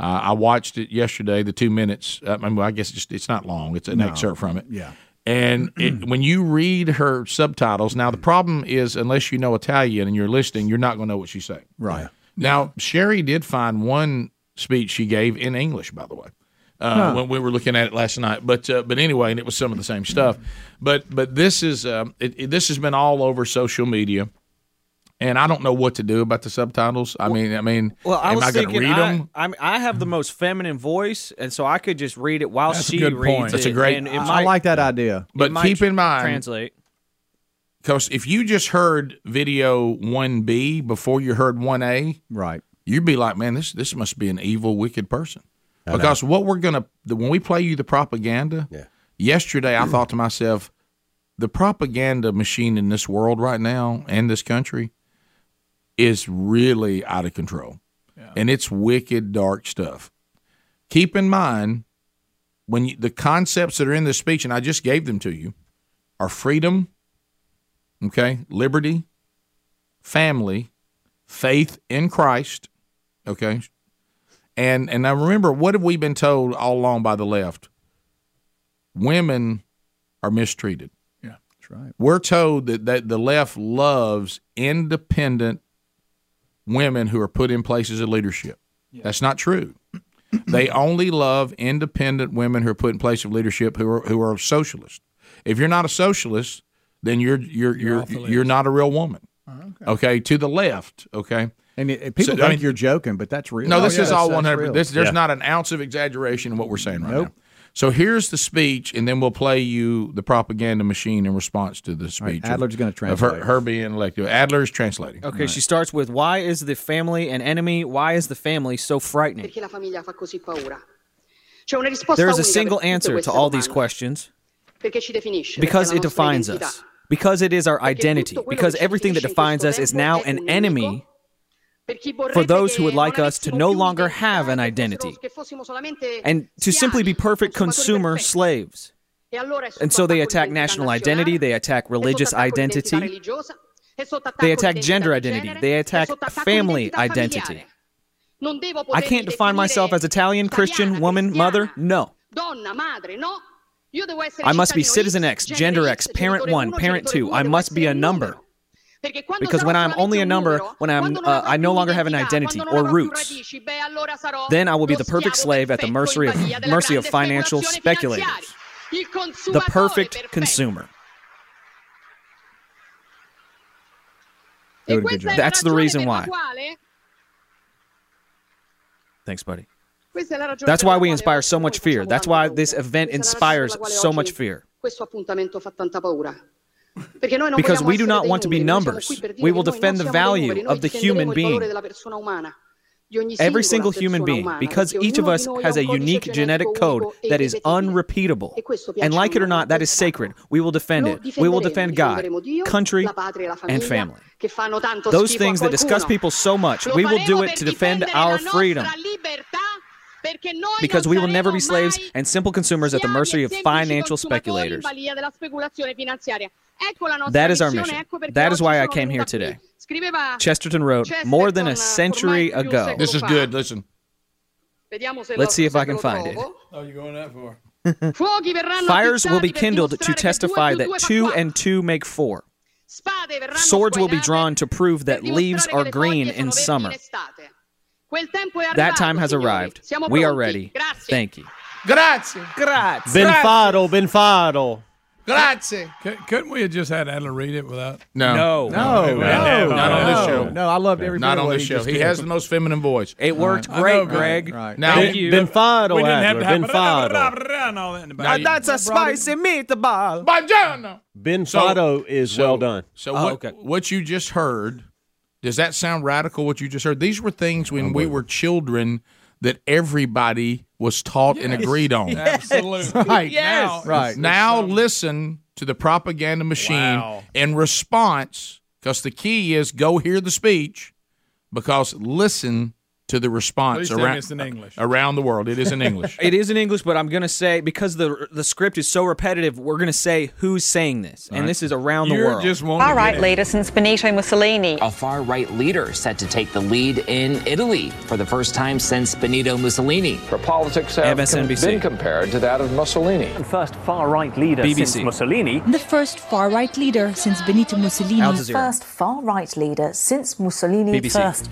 Uh, I watched it yesterday, the two minutes. Uh, I, mean, I guess it's, just, it's not long. It's an No. excerpt from it. Yeah. And it, when you read her subtitles, now the problem is, unless you know Italian and you're listening, you're not going to know what she's saying. Right. Now, Sherry did find one speech she gave in English, by the way, Huh. uh, when we were looking at it last night. But uh, but anyway, and it was some of the same stuff. But but this is um, it, it- this has been all over social media, and I don't know what to do about the subtitles. I mean, I mean, Well, I am was I going to thinking read I, them? I, mean, I have the most feminine voice, and so I could just read it while That's a she good reads point. it. That's a great- And it I- I might, like that idea. it But might keep in mind, Translate. because if you just heard video one B before you heard one A, right, you'd be like, man, this this must be an evil, wicked person. Because what we're gonna the- when we play you the propaganda, yesterday I thought to myself, the propaganda machine in this world right now and this country is really out of control, and it's wicked, dark stuff. Keep in mind when you, the concepts that are in this speech, and I just gave them to you, are freedom, okay, liberty, family, faith in Christ, okay, and and now remember what have we been told all along by the left? Women are mistreated. Yeah, that's right. We're told that, that the left loves independent women who are put in places of leadership. That's not true. they only love independent women who are put in place of leadership who are who are socialists. If you're not a socialist, then you're you're you're you're, not a real woman. Okay. to the left. Okay, Oh, and it, it- people So, I think mean- you're joking, but that's real. no, this is all That's 100. real. This, there's not an ounce of exaggeration in what we're saying right now. So here's the speech, and then we'll play you the propaganda machine in response to the All right, speech. Adler's going to of, of translate. her, her being elected. Adler's translating. Okay, she starts with why is the family an enemy? Why is the family so frightening? Perché la famiglia fa così paura? C'è una risposta There is a unica per single tutte answer queste to all these domande. questions. perché ci definisce. because perché it è la nostra defines identità. us, because it is our identity, because everything that defines us is now an enemy for those who would like us to no longer have an identity and to simply be perfect consumer slaves. e And so they attack national identity, they attack religious identity, they attack gender identity, they attack family identity. Non devo I potermi can't define myself as Italian, Christian, woman, mother. No. donna, madre, no? Io devo essere I must be cittadino citizen X, gender X, parent one, parent two. I must be a number. Because when I'm only a number, when I'm, uh, I no longer have an identity or roots, then I will be the perfect slave at the mercy of mercy of financial speculators, il consumatore the perfect consumer. E questa è la That's the ragione reason per la why. quale- Thanks, buddy. questa è la ragione That's per la why we quale inspire so much fear. That's why this event inspires so much fear. Questo appuntamento fa tanta paura. Perché noi non Because vogliamo we do essere not dei want to be numeri, noi siamo numbers. qui per We dire che will noi non defend the siamo dei value numeri, noi of the difenderemo human il valore being. della persona umana, di ogni Every singola single human persona being, umana, because perché each of ognuno di us noi ha has un a codice unique genetic genetico code unico e that is unrepeatable. E questo piace And a like it or noi, not, that is sacred. We will defend Lo it. We will difenderemo, defend God, difenderemo Dio, country, la patria e la and famiglia, family. che fanno tanto Those schifo a things that disgust qualcuno. people so much, we will do it to defend our freedom. Because we will never be slaves and simple consumers at the mercy of financial in speculators. balia della speculazione finanziaria. Ecco la nostra That is our missione, mission. ecco perché That is oggi why I sono came here venuta qui. today. Scriveva Chesterton wrote more than uh, a century ago. This is good. Listen. Vediamo se Let's lo, see if se I can lo find it. trovo. Oh, you're going that far. Fuochi verranno Fires will be affittati per kindled to dimostrare che testify due più that due two fa and two make four. Spade verranno Swords will be sguainate drawn to prove that per leaves dimostrare che are le green foglie sono in verdi summer. in estate. Quel tempo è That arrivato, time has signori. arrived. Siamo We are pronti. ready. Grazie. Thank you. Grazie. Grazie. Benfado, Benfado. Grazie. Couldn't we have just had Adler read it without? No. No. No. No. No. Not on this show. No, I loved every Not bit of on what this he show. just He did. has the most feminine voice. It worked I know, great, Greg. right, right. Now, Thank you. Benfado, We didn't have Adler, to have- Benfado. And all that in the Now you- That's a spicy meatball. Buongiorno. Benfado is well done. So what, what you just heard, does that sound radical? What you just heard? These were things when we were children that everybody was taught and agreed on. Absolutely. Right Yes. now, Right. now listen to the propaganda machine in response, because the key is go hear the speech, because listen to the response Please tell me around it's in English. around the world. It is in English. It is in English, but I'm gonna say because the the script is so repetitive, we're gonna say who's saying this, and All right. this is around the You're world. just wanting All right, leader, since Benito Mussolini. A far right leader set to take the lead in Italy for the first time since Benito Mussolini. Her politics have been compared to that of Mussolini. First far right leader since BBC. Mussolini. The first far right leader since Benito Mussolini. The First far right leader since Mussolini. BBC. First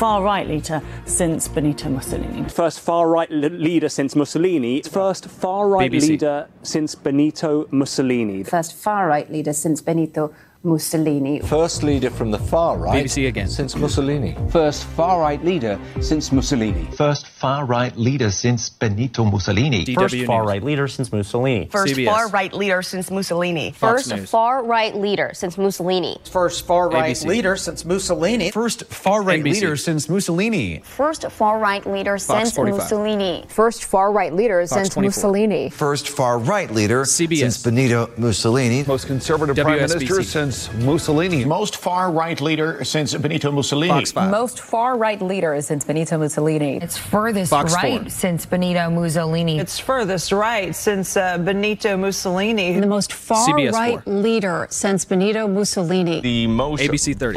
far right leader since Benito Mussolini. First far right leader since Mussolini. First far right BBC. leader since Benito Mussolini. First far right leader since Benito Mussolini. First leader from the far right BBC again. since Mussolini. First far right leader since Mussolini. First far right leader since Benito Mussolini. DW First far-right leader since Mussolini. First far right leader since Mussolini. Fox First News. far right leader since Mussolini. First far right ABC. leader since Mussolini. First far right NBC. leader since Mussolini. First far right leader Fox since 45. Mussolini. First far right leader Fox since 24. Mussolini. First far right leader since Benito Mussolini. Most conservative prime minister since Mussolini. Most far right leader since Benito Mussolini. Most far right leader since Benito Mussolini. It's furthest Fox right four. since Benito Mussolini. It's furthest right since uh, Benito Mussolini. The most far CBS right leader since Benito Mussolini. The most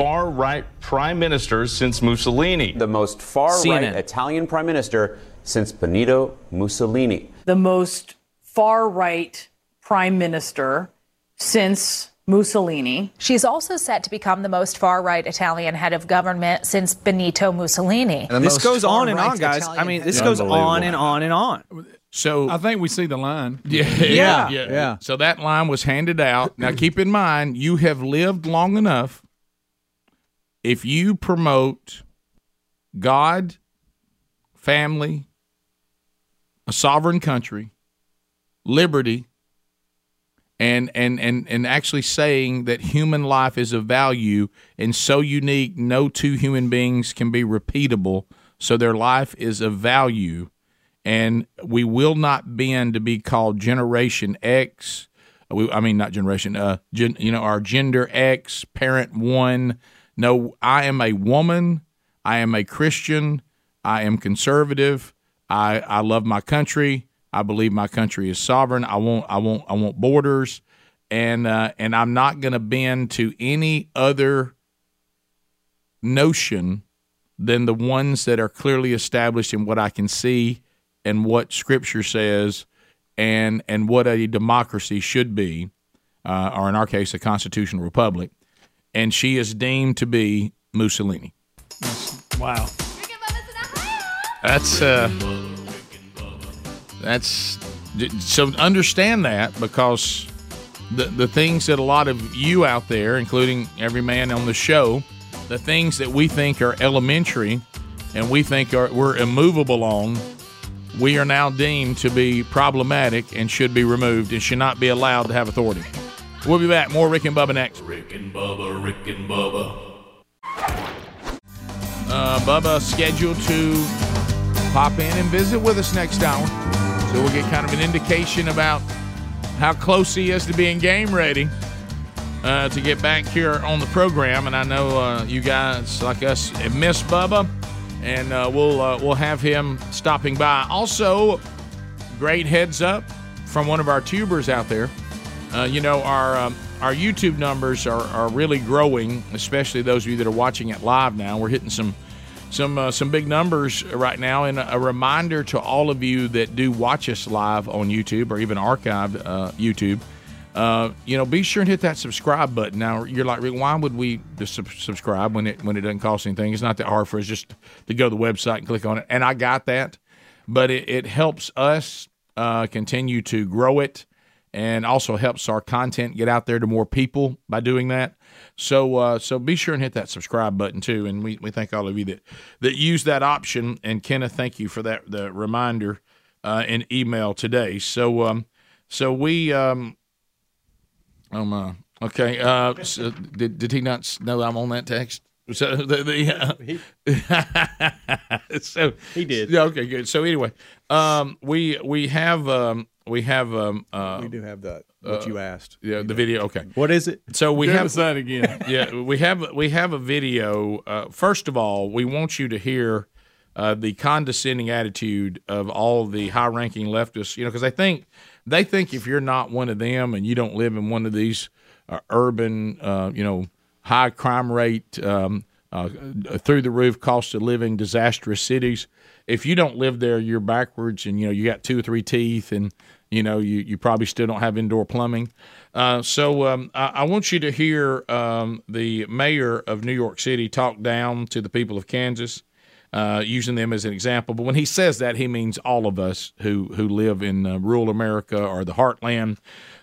far right prime minister since Mussolini. The most far CNN. Italian prime minister since Benito Mussolini. the most far right prime minister since Mussolini. She's also set to become the most far right Italian head of government since Benito Mussolini. this goes on and on, guys. I mean, this goes on and on and on. So I think we see the line. Yeah, Yeah. Yeah. So that line was handed out. Now keep in mind, you have lived long enough. If you promote God, family, a sovereign country, liberty, and and and and actually saying that human life is of value and so unique, no two human beings can be repeatable. So their life is of value and we will not bend to be called Generation X we, I mean, not generation, uh, gen, you know, our gender X, parent one. No, I am a woman. I am a Christian. I am conservative. I, I love my country. I believe my country is sovereign. I want I want I want borders, and uh, and I'm not going to bend to any other notion than the ones that are clearly established in what I can see and what Scripture says, and and what a democracy should be, uh, or in our case, a constitutional republic. And she is deemed to be Mussolini. Wow. That's uh, that's so understand that because the the things that a lot of you out there, including every man on the show, the things that we think are elementary and we think are we're immovable on, we are now deemed to be problematic and should be removed and should not be allowed to have authority. We'll be back. More Rick and Bubba next. Rick and Bubba, Rick and Bubba. Uh, Bubba scheduled to pop in and visit with us next hour. So we'll get kind of an indication about how close he is to being game ready uh, to get back here on the program. And I know uh, you guys like us have missed Bubba, and uh, we'll uh, we'll have him stopping by. Also, great heads up from one of our tubers out there. Uh, you know our um, our YouTube numbers are, are really growing, especially those of you that are watching it live now. We're hitting some some uh, some big numbers right now, and a reminder to all of you that do watch us live on YouTube or even archived uh, YouTube. Uh, you know, be sure and hit that subscribe button. Now you're like, "Rick, why would we just sub- subscribe when it when it doesn't cost anything? It's not that hard for us just to go to the website and click on it. And I got that, but it, it helps us uh, continue to grow it, and also helps our content get out there to more people by doing that. So uh, so be sure and hit that subscribe button too. And we, we thank all of you that that use that option. And Kenneth, thank you for that the reminder uh, in email today. So um so we um oh my okay uh so did did he not s- know I'm on that text? So the, the uh, so he did. Yeah, okay, good. So anyway, um, we we have um, we have um, uh, We do have that, what you asked. Yeah, the video. Okay, What is it? So we Give have us that again. yeah, we have we have a video. Uh, first of all, we want you to hear uh, the condescending attitude of all the high-ranking leftists. You know, because they think they think if you're not one of them and you don't live in one of these uh, urban, uh, you know, high crime rate, um, uh, through the roof cost of living, disastrous cities. If you don't live there, you're backwards, and you know you got two or three teeth, and you know you, you probably still don't have indoor plumbing. Uh, so um, I, I want you to hear um, the mayor of New York City talk down to the people of Kansas, uh, using them as an example. But when he says that, he means all of us who who live in uh, rural America or the heartland,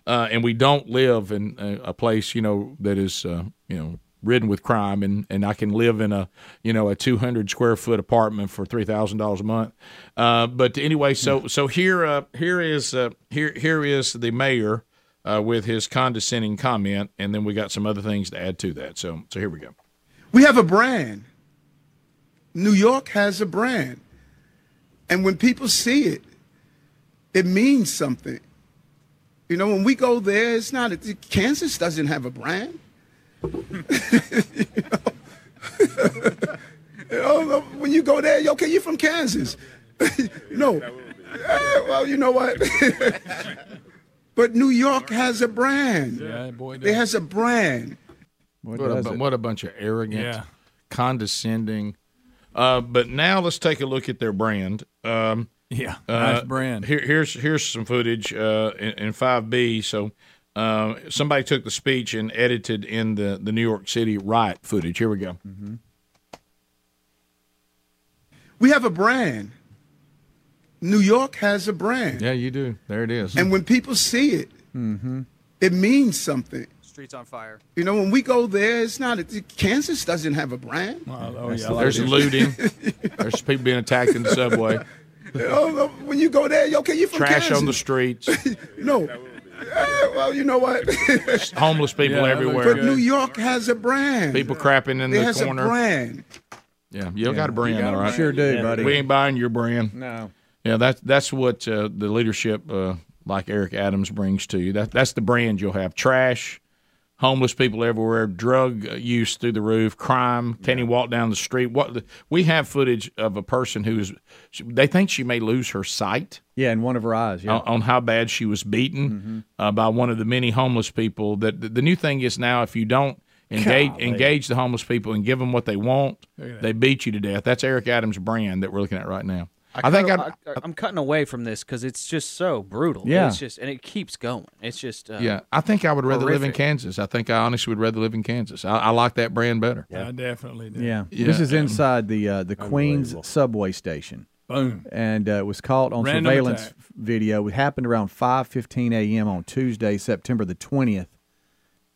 uh, and we don't live in a, a place you know that is uh, you know ridden with crime and, and I can live in a you know a 200 square foot apartment for three thousand dollars a month. Uh, but anyway, so so here uh, here is uh, here here is the mayor uh, with his condescending comment, and then we got some other things to add to that. So so here we go. We have a brand. New York has a brand. And when people see it, it means something. You know, when we go there, it's not, Kansas doesn't have a brand. you know? You know, when you go there, okay, you're from Kansas. no. Eh, well, you know what? but New York has a brand. Yeah, boy, It has a brand. What a, does bu- it? what a bunch of arrogant, Yeah. condescending. Uh, but now let's take a look at their brand. Um, Yeah, uh, nice brand. Here, here's here's some footage uh, in, in 5B. So uh, somebody took the speech and edited in the, the New York City riot footage. Here we go. Mm-hmm. We have a brand. New York has a brand. Yeah, you do. There it is. And when people see it, Mm-hmm. it means something. Streets on fire. You know, when we go there, it's not, Kansas doesn't have a brand. There's looting. There's people being attacked in the subway. You know, when you go there, okay, you're from Trash Kansas. on the streets. No. Eh, well, you know what? Homeless people Yeah, that looks everywhere. But New York has a brand. People crapping in it the has corner. A brand. Yeah, you Yeah, got a brand, you got a all right. brand. Sure do, Yeah, buddy. We ain't buying your brand. No. Yeah, that's that's what uh, the leadership uh, like Eric Adams brings to you. That that's the brand you'll have. Trash, homeless people everywhere, drug use through the roof, crime. Can he walk down the street? What we have footage of a person who is. They think she may lose her sight. Yeah, in one of her eyes. Yeah. on, on how bad she was Mm-hmm. beaten uh, by one of the many homeless people. That the, the new thing is now, if you don't engage Golly. engage the homeless people and give them what they want, Look at they beat you to death. That's Eric Adams' brand that we're looking at right now. I, cut think a- I'd, I, am cutting away from this because it's just so brutal. Yeah. it's just and it keeps going. It's just uh, yeah, I think I would rather live in horrific. Kansas. I think I honestly would rather live in Kansas. I, I like that brand better. I definitely do. Yeah. Yeah. This is inside the uh, the Queens subway station. Boom. And uh, it was caught on Random surveillance attack. video. It happened around 5:15 a.m. on Tuesday, September the 20th.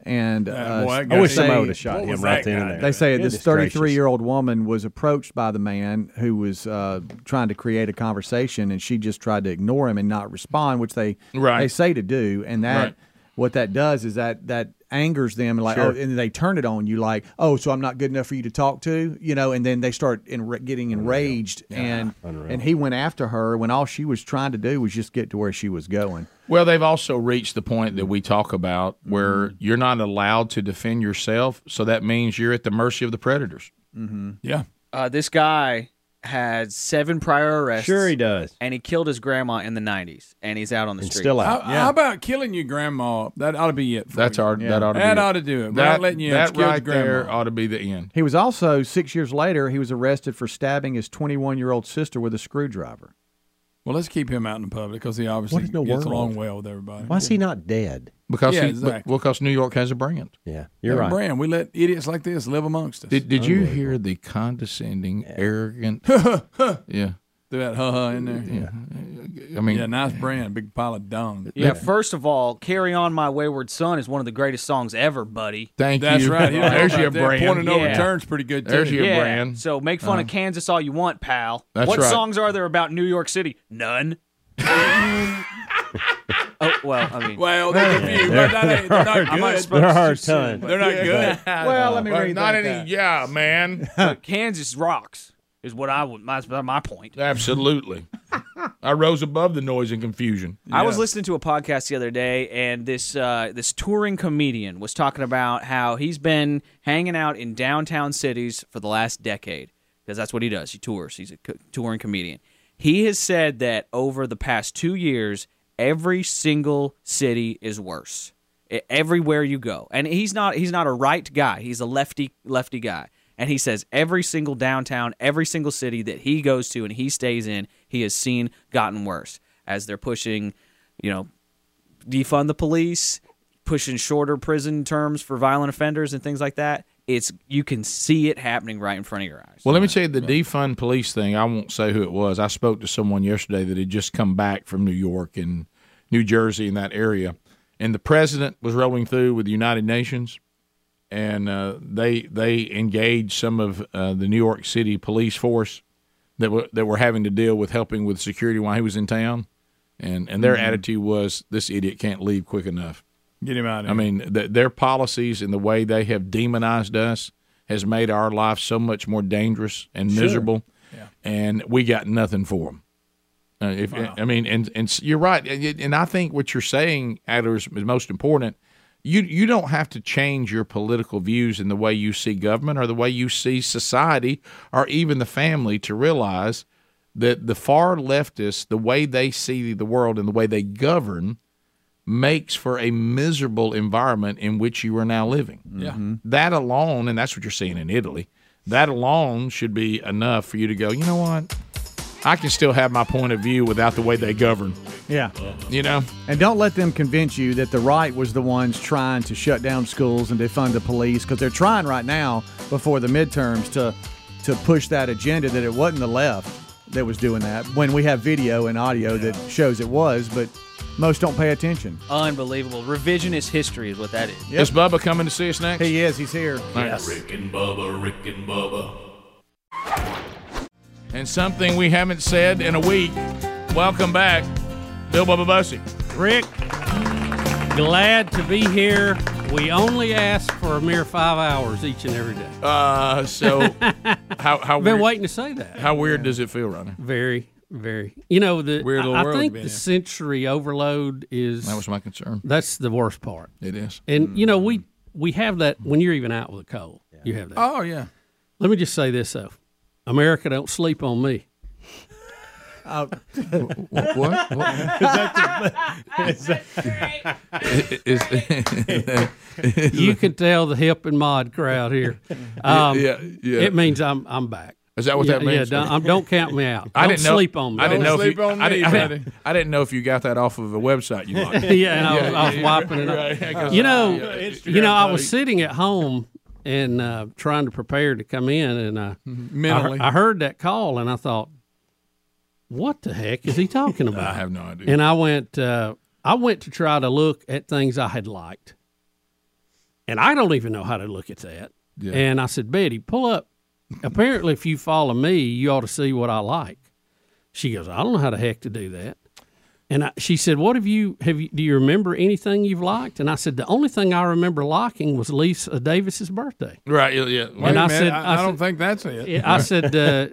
And Yeah, uh, boy, that I wish guy- somebody would what have shot was him that right then guy and there. doing? They say this Goodness gracious. 33 year old woman was approached by the man who was uh, trying to create a conversation, and she just tried to ignore him and not respond, which they Right. they say to do. And that Right. what that does is that that angers them like Sure. oh and they turn it on you like oh so i'm not good enough for you to talk to you know and then they start enra- getting enraged and and he went after her when all she was trying to do was just get to where she was going Well, they've also reached the point that we talk about where you're not allowed to defend yourself, so that means you're at the mercy of the predators. Mm-hmm. Yeah. Uh, this guy had seven prior arrests. Sure, he does. And he killed his grandma in the '90s, and he's out on the street. How, how about killing your grandma? That ought to be it. For That's you. our that ought to That be ought to do it. We're That, not letting you in. that It's killed right grandma. there ought to be the end. he was also six years later he was arrested for stabbing his 21 year old sister with a screwdriver Well, let's keep him out in the public because he obviously What in the gets world? along well with Mm-hmm. everybody. Why is he not dead? Because Yeah, he, exactly. but- well, because New York has a brand. Yeah, Yeah, Brand, we let idiots like this live amongst us. Did, did you hear the condescending, arrogant? yeah, Threw that huh huh in there. I mean- yeah, nice brand, big pile of dung. Yeah, first of all, "Carry On, My Wayward Son" is one of the greatest songs ever, buddy. Thank That's you. right. He was There's right your there. brand. Point of no return's pretty good, too. There's your Yeah, brand. Uh-huh. So make fun of Kansas all you want, pal. That's what right. songs are there about New York City? None. oh well, I mean, well, there's a few, but that ain't- they're not I'm not good. supposed There to are a assume, ton. but- They're not good. Well, let me But rethink that. Yeah, man. But Kansas rocks is what I would. My, my point. Absolutely. I rose above the noise and confusion. I was listening to a podcast the other day, and this uh, this touring comedian was talking about how he's been hanging out in downtown cities for the last decade because that's what he does. He tours. He's a co- touring comedian. He has said that over the past two years, every single city is worse. E- Everywhere you go, and he's not he's not a right guy. He's a lefty lefty guy, and he says every single downtown, every single city that he goes to and he stays in, he has seen gotten worse as they're pushing, you know, defund the police, pushing shorter prison terms for violent offenders and things like that. It's you can see it happening right in front of your eyes. Well, let me tell you the defund police thing. I won't say who it was. I spoke to someone yesterday that had just come back from New York and New Jersey in that area, and the president was rolling through with the United Nations, and uh, they they engaged some of uh, the New York City police force that were that were having to deal with helping with security while he was in town, and and their Mm-hmm. Mhm. attitude was this idiot can't leave quick enough. Get him out of here. I mean, th- their policies and the way they have demonized us has made our life so much more dangerous and Sure. miserable, and we got nothing for them. Uh, if I mean, and and s- you're right, and it- and I think what you're saying, Adler, is, is most important. You you don't have to change your political views in the way you see government or the way you see society or even the family to realize that the far leftists, the way they see the world and the way they govern, makes for a miserable environment in which you are now living. Yeah. Mm-hmm. That alone, and that's what you're seeing in Italy, that alone should be enough for you to go, you know what? I can still have my point of view without the way they govern. yeah You know? And don't let them convince you that the right was the ones trying to shut down schools and defund the police because they're trying right now before the midterms to to push that agenda that it wasn't the left that was doing that when we have video and audio that shows it was, but most don't pay attention. Unbelievable. Revisionist history is what that is. Is Bubba coming to see us next? He is. He's here. Rick and Bubba, Rick and Bubba. And something we haven't said in a week. Welcome back, Bill Bubba Bussy. Rick, glad to be here. We only ask for a mere five hours each and every day. Uh, so how how Been weird- waiting to say that. How weird does it feel, Ronnie? Very, Very. You know, the Weird little I, I world think we've the been in. sensory overload is That was my concern. That's the worst part. It is. And you know, we we have that when you're even out with a cold. You have that. Oh yeah. Let me just say this though. America don't sleep on me. what? what? Is- is- you can tell the hip and mod crowd here. Yeah, Um, yeah, yeah. It means I'm I'm back. Is that what yeah, that means? Yeah, don't, um, don't count me out. I don't didn't know, sleep on me. I didn't know if you, I, didn't, I didn't- I didn't know if you got that off of a website you liked. yeah, and I was, I was wiping it Right, up. I guess- you know, yeah, Instagram you know, I was photo. sitting at home and uh, trying to prepare to come in, and uh, Mentally. I, I heard that call, and I thought, "What the heck is he talking about?" I have no idea. And I went, uh, I went to try to look at things I had liked, and I don't even know how to look at that. Yeah. And I said, Betty, pull up. Apparently, if you follow me, you ought to see what I like. She goes, I don't know how the heck to do that. And I, she said, "What have you have? You, do you remember anything you've liked?" And I said, "The only thing I remember liking was Lisa Davis's birthday." Right. Yeah. yeah. Wait and a I minute, said, I, I don't said- think that's it. Yeah, I said, uh,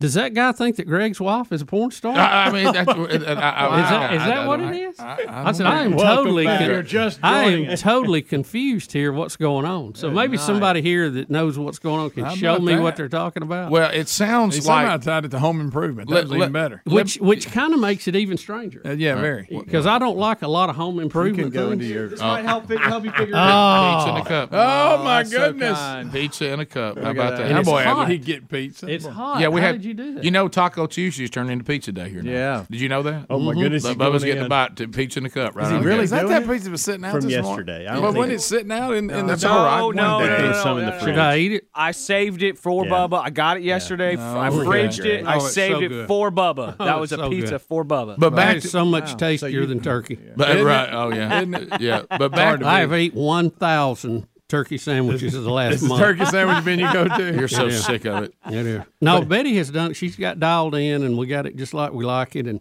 "Does that guy think that Greg's wife is a porn star?" I I mean, that's, I, I, is that, is that what it is? I, I said, I am totally, con- I am totally confused here. What's going on? So maybe somebody here that knows what's going on can How show about me that? what they're talking about. Well, it sounds It's like somehow tied it to home improvement. Let- let- Which which kind of makes it even stranger. Uh, yeah, very. Because I don't like a lot of home improvement. go things. into your- This might help it, help you figure Pizza in a cup. Oh, my goodness. Pizza in a cup. How Look at about that. that? And it's boy, I- hot. He get pizza. It's hot. Yeah, we How had. did you do that? You know, Taco Tuesday's turned into pizza day here. Now. Yeah. Did you know that? Oh, my Mm-hmm. goodness, But he's Bubba's going getting a in. bite to pizza in a cup right Is he now. really Is that doing that it? pizza was sitting out From this morning? yesterday. I don't But think when it- it's sitting out in, in the That's all right. jar, One day. There's some in the Should fridge. I eat it? I saved it for Bubba. I got it yesterday. I okay. fridged it. Oh, I it's saved so it good. for Bubba. Oh, that it's was a so pizza good. for Bubba. But back to, so much tastier than turkey. But- Isn't right, it? oh, yeah. Isn't it? Yeah, but back to I me. have eaten one thousand turkey sandwiches in the last Has the month. turkey sandwich been you go to? You're so Yeah. sick of it. It is. No, Betty has done. She's got dialed in, and we got it just like we like it. And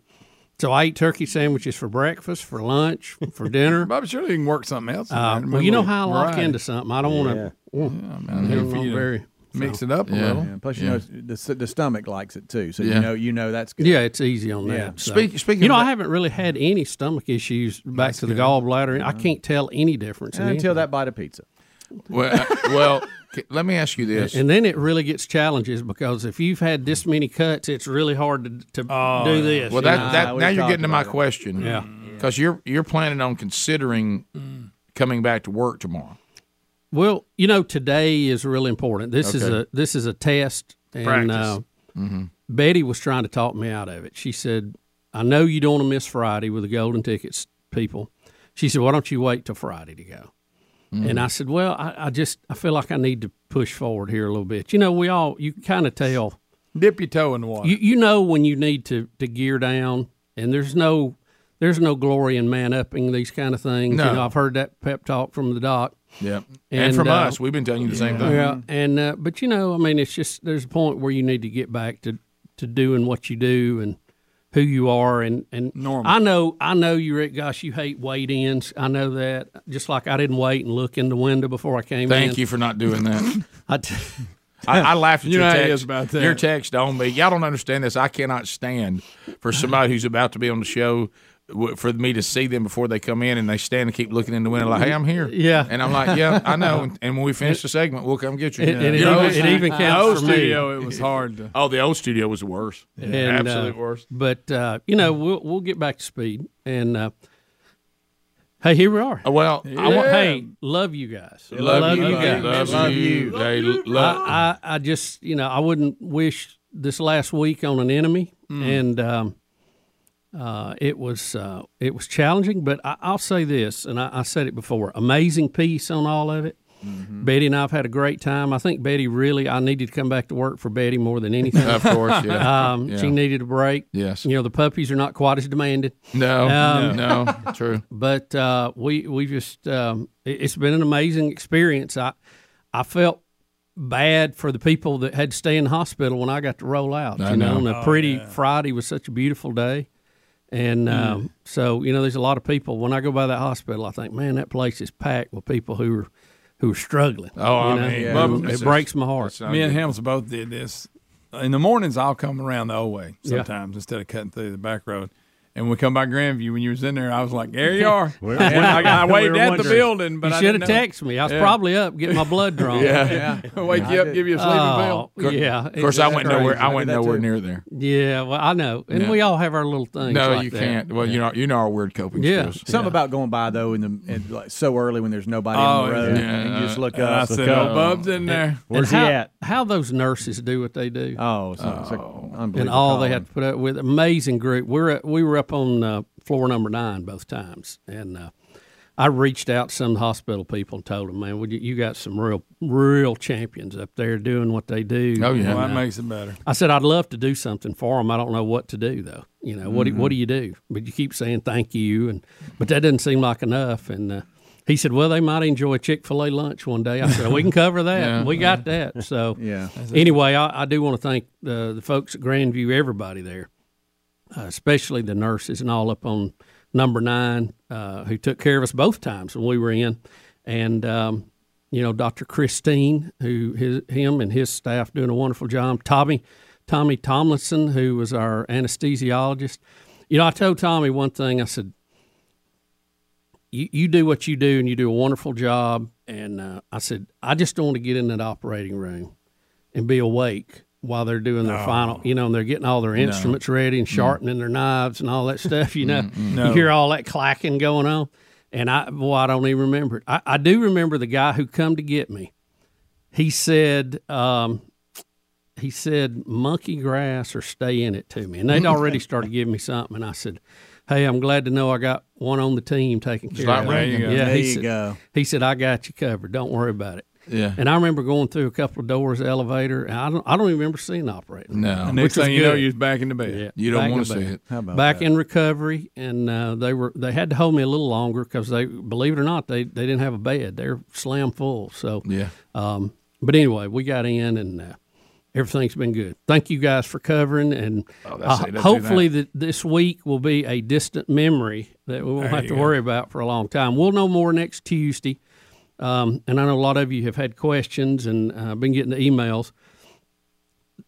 so I eat turkey sandwiches for breakfast, for lunch, for dinner. Bobby, surely you can work something else. in Uh, there to well, make you a know little how I lock variety. into something. I don't want to. I'm here for you to mix it up a little. Yeah, plus, you Yeah. know, the, s- the stomach likes it too, so Yeah. you know, you know that's good. Yeah, it's easy on that. Yeah. so. Speak- speaking you know, of I that- haven't really had any stomach issues back to the gallbladder. I can't tell any difference in until anything. Mm. that bite of pizza. Well, I- well, c- let me ask you this. And then it really gets challenges because if you've had this many cuts, it's really hard to, to Oh, do this. Well, you that, know? that now you're getting to my question. Oh, Yeah. Because you're you're planning on considering coming back to work tomorrow. Well, you know, today is really important. This is Okay. a this is a test, and Practice. Uh, Mm-hmm. Mhm. Betty was trying to talk me out of it. She said, "I know you don't want to miss Friday with the golden tickets people." She said, "Why don't you wait till Friday to go?" Mm-hmm. And I said, "Well, I, I just I feel like I need to push forward here a little bit. You know, we all you kind of tell." Dip your toe in the water. You, you know when you need to, to gear down, and there's no there's no glory in man upping these kind of things. No. You know, I've heard that pep talk from the doc. Yeah. And from us, we've been telling you the same thing. uh, Yeah, and uh, but you know, I mean, it's just there's a point where you need to get back to to doing what you do and who you are and and Normal. I know I know you, Rick. Gosh, you hate wait ins. I know that. Just like I didn't wait and look in the window before I came. Thank in. you for not doing that. I t- I, I laughed at You your know how he text. is about that. Your text on me. Y'all don't understand this. I cannot stand for somebody who's about to be on the show w- for me to see them before they come in and they stand and keep looking in the window like, "Hey, I'm here." Yeah. and I'm like, "Yeah, I know." And, and when we finish the segment, we'll come get you. It- it You know, even- it even counts old for me. studio, it was hard to- oh, the old studio was worse. And, uh, Absolute worse. But uh, you know, we'll we'll get back to speed. And uh, hey, here we are. Uh, Well, I want, hey, love you guys. Love, you, guys. Love, you. They love. I, I, I just, you know, I wouldn't wish this last week on an enemy, Mm. and um, uh, it was uh, it was challenging. But I, I'll say this, and I, I said it before: amazing piece on all of it. Mm-hmm. Betty and I've had a great time. I think Betty really, I needed to come back to work for Betty more than anything. Of course, yeah. Um, Yeah. She needed a break. Yes. You know, the puppies are not quite as demanded. No, no, no, true. But uh, we we just um, it, it's been an amazing experience. I I felt bad for the people that had to stay in the hospital when I got to roll out. I you know, know. and a Oh, pretty Friday was such a beautiful day, and Mm. um, so you know, there's a lot of people. When I go by that hospital, I think, man, that place is packed with people who are who are struggling. Oh, you I know? mean, It- Bubba- it, it's- breaks my heart. Me and Helms both did this in the mornings I'll come around the old way sometimes instead of cutting through the back road. And when we come by Grandview, when you was in there, I was like, "There you are." Well, And I, I we waved were at the wondering. building, but You I shoulda didn't know. texted me. I was probably up getting my blood drawn. yeah, Yeah. wake Yeah, you I up, did. give you a sleeping Oh, pill. yeah. of course I went Crazy. nowhere. I I did went that nowhere too. near there. Yeah, well, I know, and Yeah. we all have our little things. No, like you that. can't. Well, you know, you know our weird coping skills. Something about going by though in the in, like, so early when there's nobody Oh, on the road yeah. and you just look And up. I said, "Oh, Bub's in there." Where's he how, at? How those nurses do what they do. Oh, it's, it's like unbelievable. and all they column. had to put up with. Amazing group. We're at, we were up on uh, floor number nine both times, and uh, I reached out to some hospital people and told them, "Man, would you, you got some real real champions up there doing what they do." Oh, yeah. And, uh, Well, that makes it better. I said, "I'd love to do something for them. I don't know what to do though. You know what? Do, what Mm-hmm. Mhm. do you do? But you keep saying thank you, and but that doesn't seem like enough." And uh, he said, "Well, they might enjoy Chick Fil A lunch one day." I said, "We can cover that. Yeah. we got that." So Yeah. Anyway, I, I do want to thank uh, the folks at Grandview, everybody there, uh, especially the nurses and all up on number nine uh, who took care of us both times when we were in, and um, you know Dr. Christine, who his, him and his staff doing a wonderful job. Tommy, Tommy Tomlinson, who was our anesthesiologist. You know, I told Tommy one thing. I said, you, you do what you do and you do a wonderful job. And uh, I said, I just don't want to get in that operating room and be awake while they're doing their No. final, you know, and they're getting all their No. Mm. instruments ready and sharpening their knives and all that stuff, you know. No. You hear all that clacking going on. And I, boy, I don't even remember it. I, I do remember the guy who come to get me. He said, um, he said, monkey grass or stay in it to me. And they'd already started giving me something. And I said, hey, I'm glad to know I got one on the team taking Just care like of it. Reagan. There you go. Yeah, There he you said, go. He said, I got you covered. Don't worry about it. Yeah. And I remember going through a couple of doors, elevator. And I don't, I don't even remember seeing the operator. No. Which Next was thing you know, good. you was back in the bed. You don't back wanna in the see bed. it. How about back that? in recovery, and uh, they were they had to hold me a little longer because they believe it or not they they didn't have a bed. They're slam full. So Yeah. Um, but anyway, we got in and. Uh, Everything's been good. Thank you guys for covering, and Oh, that's- uh, that's- hopefully that this week will be a distant memory that we won't There have you to go. worry about for a long time. We'll know more next Tuesday, um, and I know a lot of you have had questions and uh, been getting the emails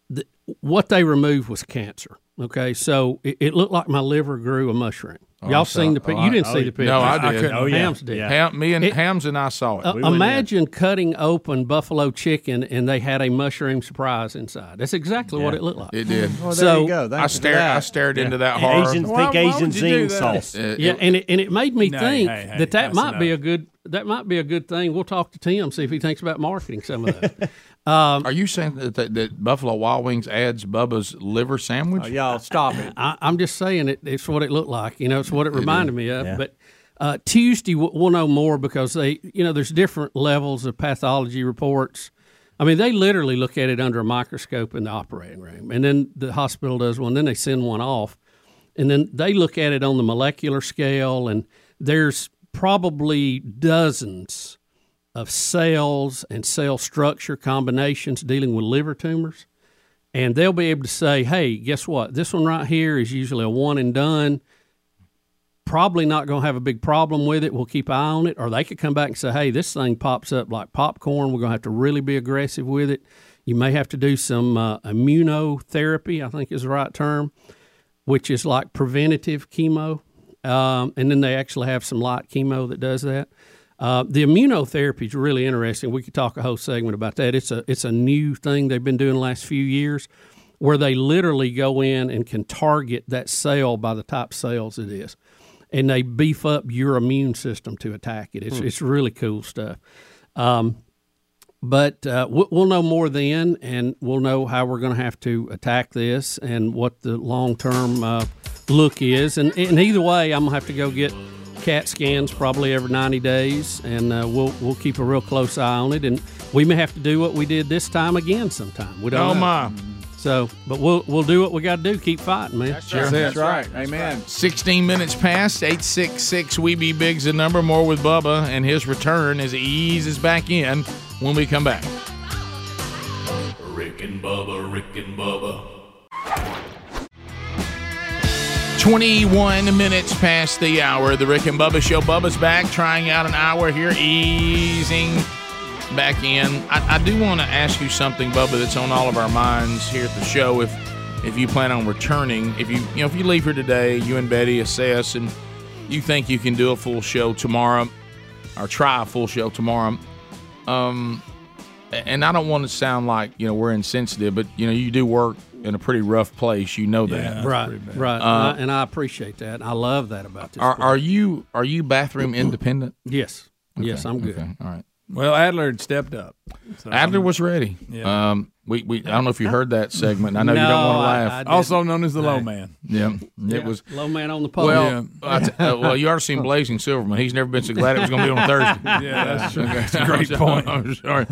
the, what they removed was cancer. Okay, so it, it looked like my liver grew a mushroom. Oh, I Y'all saw- seen the picture? oh, you didn't I- see oh, the picture. No, I did. couldn't. Hams did. Ham, me and It- Hams and I saw it. uh, imagine cutting open buffalo chicken and they had a mushroom surprise inside. That's exactly what Yeah. it looked like. It did. Well, there so you go. Thank I you for stared. that. I stared Yeah. into that And horror. Asian- Why- think why Asian would you do zing that? sauce. Uh, yeah, it- and it, and it made me No, think hey, hey, that that that's might be a enough. good that might be a good thing. We'll talk to Tim see if he thinks about marketing some of those. um, Are you saying that, that, that Buffalo Wild Wings adds Bubba's liver sandwich? y'all stop it. I, I'm just saying it. It's what it looked like. You know, it's what it reminded me of. But uh, Tuesday w- we'll know more because they, you know, there's different levels of pathology reports. I mean, they literally look at it under a microscope in the operating room, and then the hospital does one. Then they send one off, and then they look at it on the molecular scale. And there's probably dozens of cells and cell structure combinations dealing with liver tumors and they'll be able to say, "Hey, guess what? This one right here is usually a one and done. Probably not going to have a big problem with it. We'll keep an eye on it." Or they could come back and say, "Hey, this thing pops up like popcorn. We're going to have to really be aggressive with it. You may have to do some uh, immunotherapy. I think is the right term, which is like preventative chemo." Um, and then they actually have some light chemo that does that. Uh, the immunotherapy is really interesting. We could talk a whole segment about that. It's a it's a new thing they've been doing the last few years, where they literally go in and can target that cell by the type of cells it is, and they beef up your immune system to attack it. It's Hmm. it's really cool stuff. Um, but uh, we- we'll know more then, and we'll know how we're going to have to attack this and what the long term uh, look is. And, and either way, I'm going to have to go get CAT scans probably every 90 days, and uh, we'll we'll keep a real close eye on it. And we may have to do what we did this time again sometime. We don't Oh, know. my. So, but we'll we'll do what we got to do. Keep fighting, man. That's Amen. 16 minutes past, 866 We Be Big's the number. More with Bubba and his return as he eases back in when we come back. Rick and Bubba, Rick and Bubba, 21 minutes past the hour. The Rick and Bubba Show. Bubba's back, trying out an hour here, easing back in. I, I do want to ask you something, Bubba, that's on all of our minds here at the show. If if you plan on returning, if you you know if you leave here today, you and Betty assess, and you think you can do a full show tomorrow, or try a full show tomorrow. Um, a- and I don't want to sound like you know we're insensitive, but you know you do work in a pretty rough place. You know that, right, right. Uh, and, I, and I appreciate that. I love that about this. Are, place. are you are you bathroom independent? Yes. Yes, I'm good. okay, All right. Well, Adler had stepped up. So Adler I'm- was ready. Yeah. Um, we, we I don't know if you heard that segment. I know you No, don't want to I- laugh. I didn't. Also known as the low man. Yeah, it Yeah, was. low man on the pole. Well, I t- uh, well, you already seen Blazing Silverman. He's never been so glad it was going to be on Thursday. Yeah, that's true. Okay. That's a great point. I'm sorry,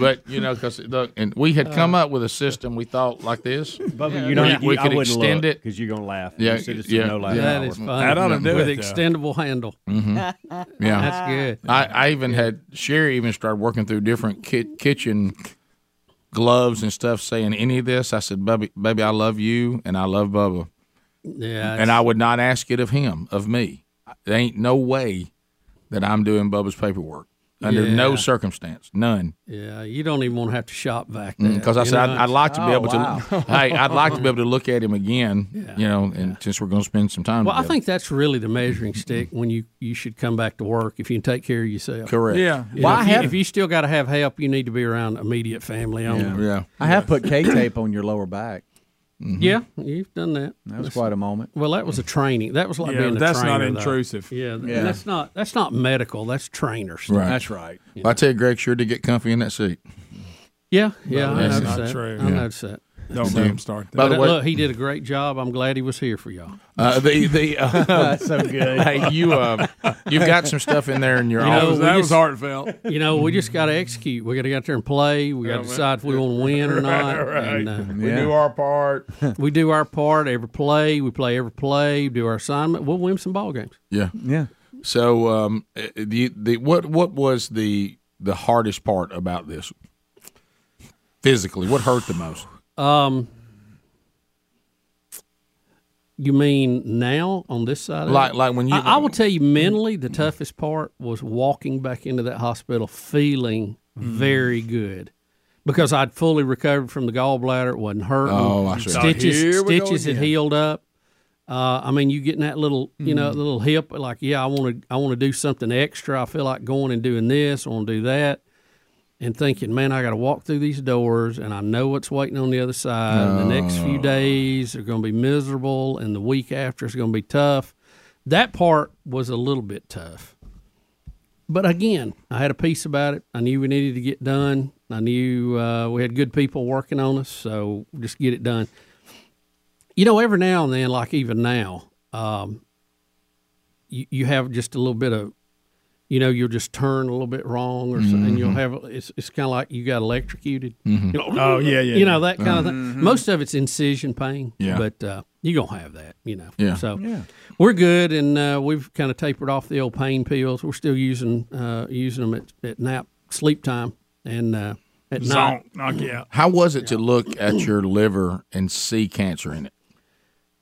but you know, because and we had come Uh. up with a system we thought like this. you know, we, we could extend it. because you're gonna laugh. Yeah, You said it's yeah, no laugh yeah. hour. That is fun. I don't do With it, though. extendable handle. Mhm. Yeah, That's good. I, I even had Sherry even started working through different ki- kitchen gloves and stuff, saying any of this. I said, "Baby, baby, I love you, and I love Bubba, Yeah. and I would not ask it of him, of me. There ain't no way that I'm doing Bubba's paperwork under no Yeah. circumstance, none." Yeah, you don't even want to have to shop vac that. Because Mm, I you said I'd, know? I'd like to be Oh, able wow. to. hey, I'd like to be able to look at him again. You know, and since we're going to spend some time. Well, I together. think that's really the measuring stick when you, you should come back to work if you can take care of yourself. Correct. Yeah. You Well, know, I if, you, have- if you still got to have help, you need to be around immediate family only. Yeah. Yeah. I have put K tape on your lower back. Yeah, you've done that. That was quite a moment. Well, that was a training. That was like Yeah, being a that's not trainer, though. intrusive. Yeah, th- Yeah. that's not that's not medical. That's trainer stuff. Right. right. Well, I tell you, Greg sure did get comfy in that seat. Yeah, yeah. I that's noticed not that. true. I Yeah. noticed that. Don't let him start that. By the But, uh, way- look, he did a great job. I'm glad he was here for y'all. Uh, the the uh, That's so good. Hey, you uh, you've got some stuff in there in your You know, office. we just- You know, we just got to execute. We got to get out there and play. We got to Yeah, decide if we want to win or not. Right, And, uh, We do our part. we do our part. Every play, we play every play. Do our assignment. We'll win some ball games. Yeah, yeah. So, um, uh, the the what what was the the hardest part about this? Physically, what hurt the most? Um, you mean now on this side? of it? Like- like when you- I, I will tell you, mentally, the toughest part was walking back into that hospital feeling Mm. very good. Because I'd fully recovered from the gallbladder, it wasn't hurting. Oh, I see. Now, Stitches, here we go stitches had again. healed up. Uh, I mean, you getting that little, you know, Hmm. little hip. Like, yeah, I want to, I want to do something extra. I feel like going and doing this. I want to do that and thinking, man, I got to walk through these doors, and I know what's waiting on the other side. and The next Oh. few days are going to be miserable, and the week after is going to be tough. That part was a little bit tough, but again, I had a piece about it. I knew we needed to get done. I knew uh, we had good people working on us, so just get it done. You know, every now and then, like even now, um, you, you have just a little bit of you know, you'll just turn a little bit wrong or something. And you'll have it's it's kind of like you got electrocuted. You know, Mm-hmm. Oh, yeah, yeah, You know yeah. that kind of thing. Mhm. Most of it's incision pain. Yeah. but uh, you're gonna have that. You know. Yeah. So Yeah. we're good, and uh, we've kind of tapered off the old pain pills. We're still using uh, using them at, at nap sleep time and uh, at night. Zonk, knock you out. How was it to look at your liver and see cancer in it?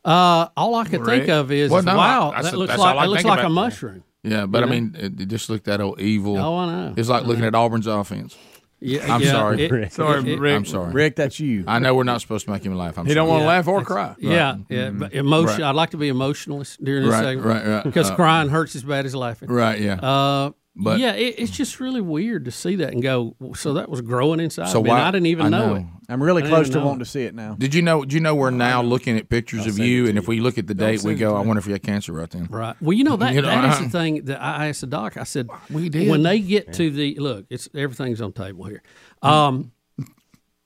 Uh, all I could Right. think of is Well, no, wow, I- I that said- looks that's all like I that looks think like a about. mushroom. Yeah, but You I know? mean, it, it just looked that old evil. Oh, I know. It's like looking at Auburn's offense. Yeah, I'm yeah, sorry. it- Sorry, it- Rick. I'm sorry, Rick. That's you. I know we're not supposed to make him laugh. I'm He don't sorry. wanna laugh or cry. Right. Yeah, yeah, Mhm. but emotion. Right. I'd like to be emotionless during this Right, segment, right, right. Because Uh, crying hurts as bad as laughing. Right, yeah. Uh, But- yeah, it, it's just really weird to see that and go. So that was growing inside. So So me, and why- I didn't even I know, know. it. I'm really I didn't close even to know wanting it. to see it now. Did you know? Do you know we're now looking at pictures of you, and if we look at the date, we go, "I wonder if you had cancer right then." Right. Well, you know that You know, that is uh-uh. the thing that I asked the doc. I said, "We did." when they get to the look." It's everything's on table here. Um,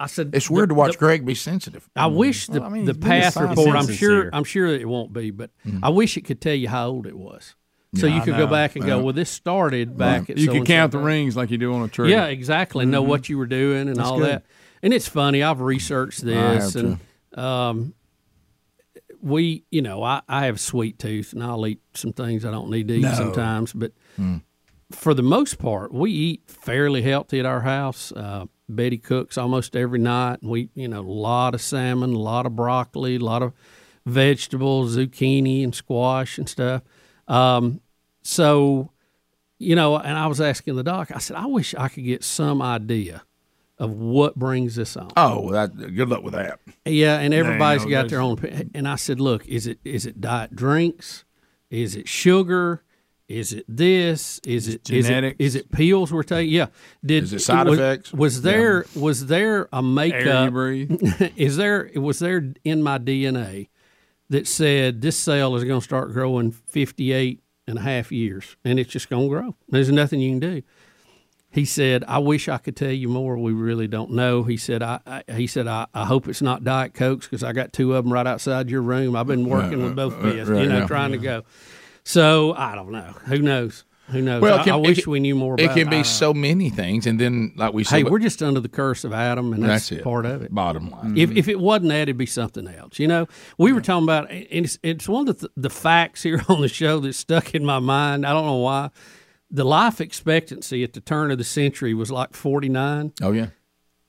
I said Mm. It's weird the- to watch the- Greg be sensitive. I wish the, Mm-hmm. Well, I mean, the he's been path inside. He's report. I'm sure. insincere. I'm sure it won't be, but Mm-hmm. I wish it could tell you how old it was, so Yeah, you I could know. go back and go, Yeah. "Well, this started back." At You can so-and-so count the date." rings like you do on a tree. Yeah, exactly. Know Mm-hmm. what you were doing and Mm-hmm. That's all good. that. And it's funny. I've researched this, have and um, we, you know, I, I have sweet tooth, and I'll eat some things I don't need to eat No. sometimes. But for the most part, we eat fairly healthy at our house. Uh, Betty cooks almost every night. and We, you know, a lot of salmon, a lot of broccoli, a lot of vegetables, zucchini and squash and stuff. Um, so you know, and I was asking the doc, I said, I wish I could get some idea of what brings this on. Oh, well, that, good luck with that. Yeah, and There everybody's you go. got their own. opi- And I said, look, is it is it diet drinks? Is it sugar? Is it this? Is it is it, genetics. is it pills we're taking? Yeah. Did Is it side was, effects? Was there Um, was there a makeup? breathe. is there was there in my DNA that said this cell is going to start growing 58 and a half years and it's just going to grow. There's nothing you can do he said, "I wish I could tell you more. We really don't know." He said, "I, I he said I, I hope it's not diet cokes because I got two of them right outside your room. I've been working with Uh, both of right, you, right, you know, yeah. trying to go. So I don't know. Who knows? Who knows? Well, I, it can- I it wish can- we knew more. it about can be I- so many things, and then like we said, Hey, we're just under the curse of Adam, and that's, That's it. part of it. Bottom line. If, if it wasn't that, it'd be something else. You know, we were talking about, and it's, it's one of the, the facts here on the show that stuck in my mind. I don't know why. The life expectancy at the turn of the century was like 49. oh yeah,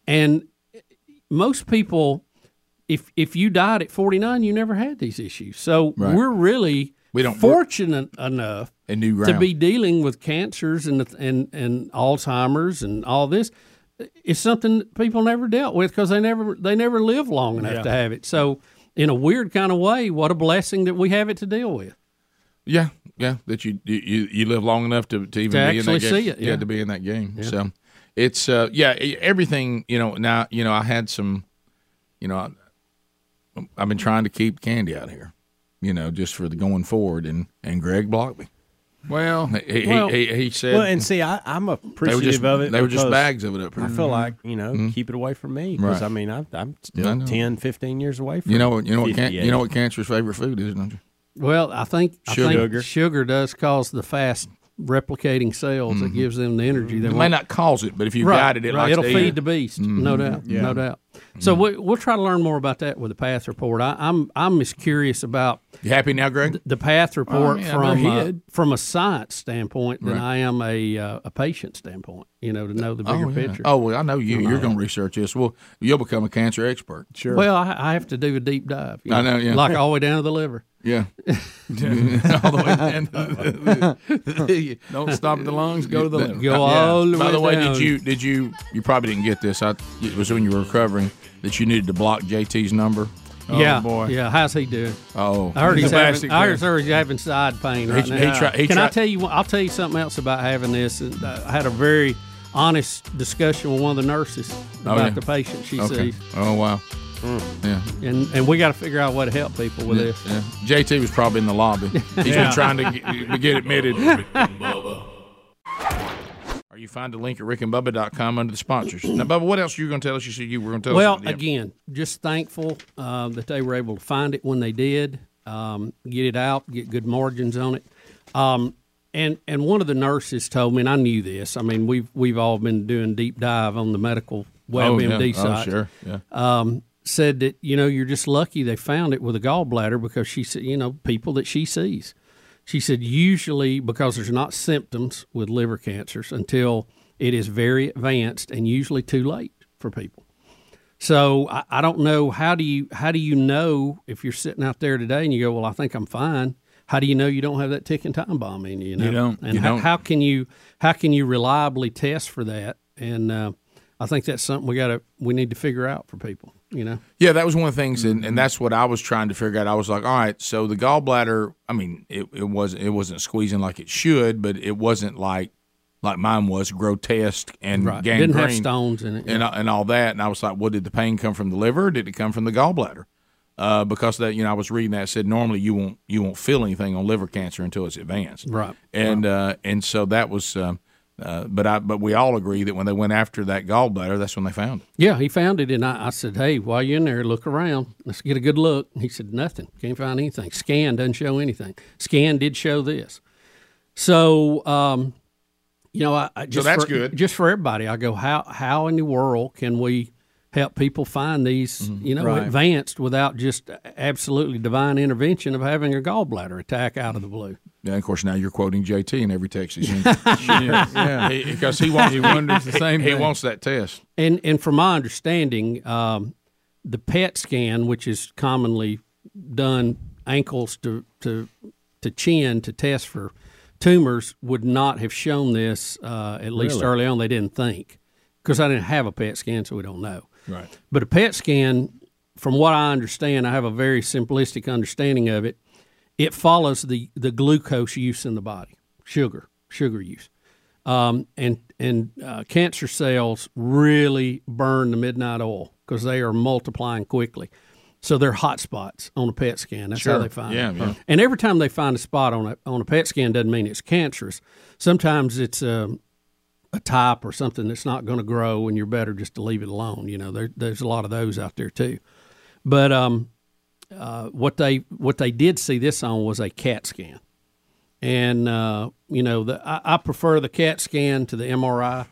And most people, if if you died at 49, you never had these issues. So Right. we're really We don't- we're- fortunate enough a new to ground. be dealing with cancers and and and Alzheimer's and all this is something that people never dealt with because they never they never live long enough Yeah. to have it. So in a weird kind of way, what a blessing that we have it to deal with. yeah, yeah. That you you- you you live long enough to, to even To be in that actually game. see it, yeah. to be in that game. So it's uh yeah e- everything you know now you know I had some you know I, I've been trying to keep candy out here you know just for the going forward and and Greg blocked me. Well, he, well- he, he, he said Well, and see, I, I'm appreciative just- of it. they were just because bags of it up here. I feel Mhm. like you know, Mhm. keep it away from me because Right. I mean, I, I'm I still know. 10, 15 years away from you know what you know what can, 58. you know what cancer's favorite food is don't you? Well, I think I think Sugar. sugar. does cause the fast replicating cells that gives them the energy Mm-hmm. they It want. may not cause it, but if you right, got it, it right. likes it'll to eat feed it. the beast, no Mhm. doubt, Yeah. Mm-hmm. no doubt. So we, we'll try to learn more about that with the path report. I, I'm I'm as curious about you happy now, Greg? Oh, the path report mean, I know from he uh, did. from a science standpoint than Right. I am a uh, a patient standpoint. You know, to know the bigger oh, yeah. picture. Oh well, I know you. You're Uh, going to research this. Well, you'll become a cancer expert. Sure. Well, I, I have to do a deep dive. you I know, yeah. Like all the way down to the liver. yeah. All the way down to the- Don't stop at the lungs, go to the liver. Go all the By way the way, down. did you did you you probably didn't get this? I it was when you were recovering that you needed to block JT's number. yeah, Yeah, how's he doing? Oh, I heard he's, He's a having, basket I heard case. he's having side pain right He- now. he tri- he Can I tri- tell you? what- I'll tell you something else about having this. And, uh, I had a very honest discussion with one of the nurses Oh, about yeah. the patient she Okay. sees, Oh wow. Yeah. and and we got to figure out a way to help people with this. Yeah. JT was probably in the lobby. He's Yeah. been trying to get, to get admitted. Or you find a link at rickandbubba.com under the sponsors. Now, Bubba, what else are you going to tell us? You said you were going to tell Well, us. again, just thankful uh, that they were able to find it when they did, um, get it out, get good margins on it. Um, and and one of the nurses told me, and I knew this. I mean, we've we've all been doing deep dive on the medical WebMD yeah. Oh, site. sure. Yeah. Um, said that you know you're just lucky they found it with a gallbladder because she said you know people that she sees. She said usually because there's not symptoms with liver cancers until it is very advanced and usually too late for people. So I, I don't know how do you how do you know if you're sitting out there today and you go, well, I think I'm fine. How do you know you don't have that ticking time bomb in you? You, know? You don't. And You how, don't. how can you how can you reliably test for that? And uh, I think that's something we got to we need to figure out for people. You know. Yeah, that was one of the things, Mm-hmm. and, and that's what I was trying to figure out. I was like, all right, so the gallbladder. I mean, it, it was it wasn't squeezing like it should, but it wasn't like like mine was grotesque and Right. gangrene. Didn't have stones in it, and and all that. And I was like, well, did the pain come from the liver? Did it come from the gallbladder? Uh, because that you know, I was reading that it said normally you won't you won't feel anything on liver cancer until it's advanced, Right. And uh, and so that was. Um, uh, but I but we all agree that when they went after that gallbladder, that's when they found it. Yeah, he found it, and I, I said, "Hey, while you're in there, look around. Let's get a good look." And he said, "Nothing. Can't find anything. Scan doesn't show anything. Scan did show this." So, um, you know, I, I just that's for, good. Just for everybody, I go, "How how in the world can we help people find these? Mm-hmm. You know, Right. advanced without just absolutely divine intervention of having a gallbladder attack out of the blue?" Yeah, of course. Now you're quoting JT in every text he's in. Yeah. He- because he wants He wonders the same He thing. wants that test. And and from my understanding, um, the PET scan, which is commonly done ankles to to to chin to test for tumors would not have shown this, uh, at least Really? early on, they didn't think. Because I didn't have a PET scan, so we don't know. Right. But a PET scan, from what I understand, I have a very simplistic understanding of it. It follows the, the glucose use in the body, sugar, sugar use. Um, and and uh, cancer cells really burn the midnight oil because they are multiplying quickly. So they're hot spots on a PET scan. That's how Sure. they find Yeah, it. yeah. And every time they find a spot on a, on a PET scan doesn't mean it's cancerous. Sometimes it's um, a type or something that's not going to grow, and you're better just to leave it alone. You know, there, there's a lot of those out there too. But um, uh, what they what they did see this on was a CAT scan, and uh, you know, the, I, I prefer the CAT scan to the MRI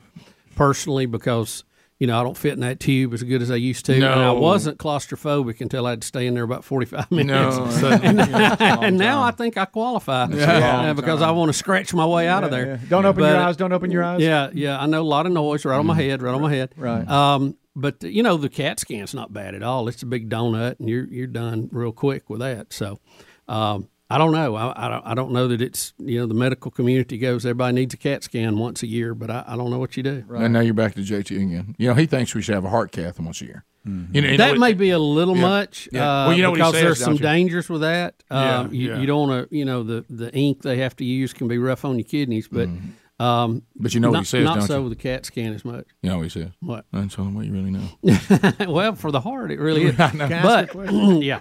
personally because. You know, I don't fit in that tube as good as I used to, and I No. wasn't claustrophobic until I had to stay in there about forty-five No, minutes. that's- and, yeah, that's a long and now I think I qualify That's a long uh, because I want to scratch my way out of Yeah, there. yeah. Don't open your But- eyes, don't open your eyes. Yeah, yeah. I know a lot of noise right on my Mm-hmm. head, right on my head. Right. Um, but you know the CAT scan's not bad at all. It's a big donut, and you're you're done real quick with that. So, um, I don't know. I, I don't I don't know that it's you know the medical community goes everybody needs a CAT scan once a year, but I, I don't know what you do. And uh, now you're back to JT again. You know, he thinks we should have a heart cath once a year. You know, you that know, it- may be a little Yeah, much. yeah. Uh, Well, you know what he because says, there's some don't you? dangers with that. Yeah, Um, you, yeah. you don't want to, you know, the the ink they have to use can be rough on your kidneys, but um, Mm-hmm. But you know what not, he says, not don't so you? with the CAT scan as much. You know what he says? What? And tell him what you really know. well, for the heart, it really is. Can I ask but you a question? yeah.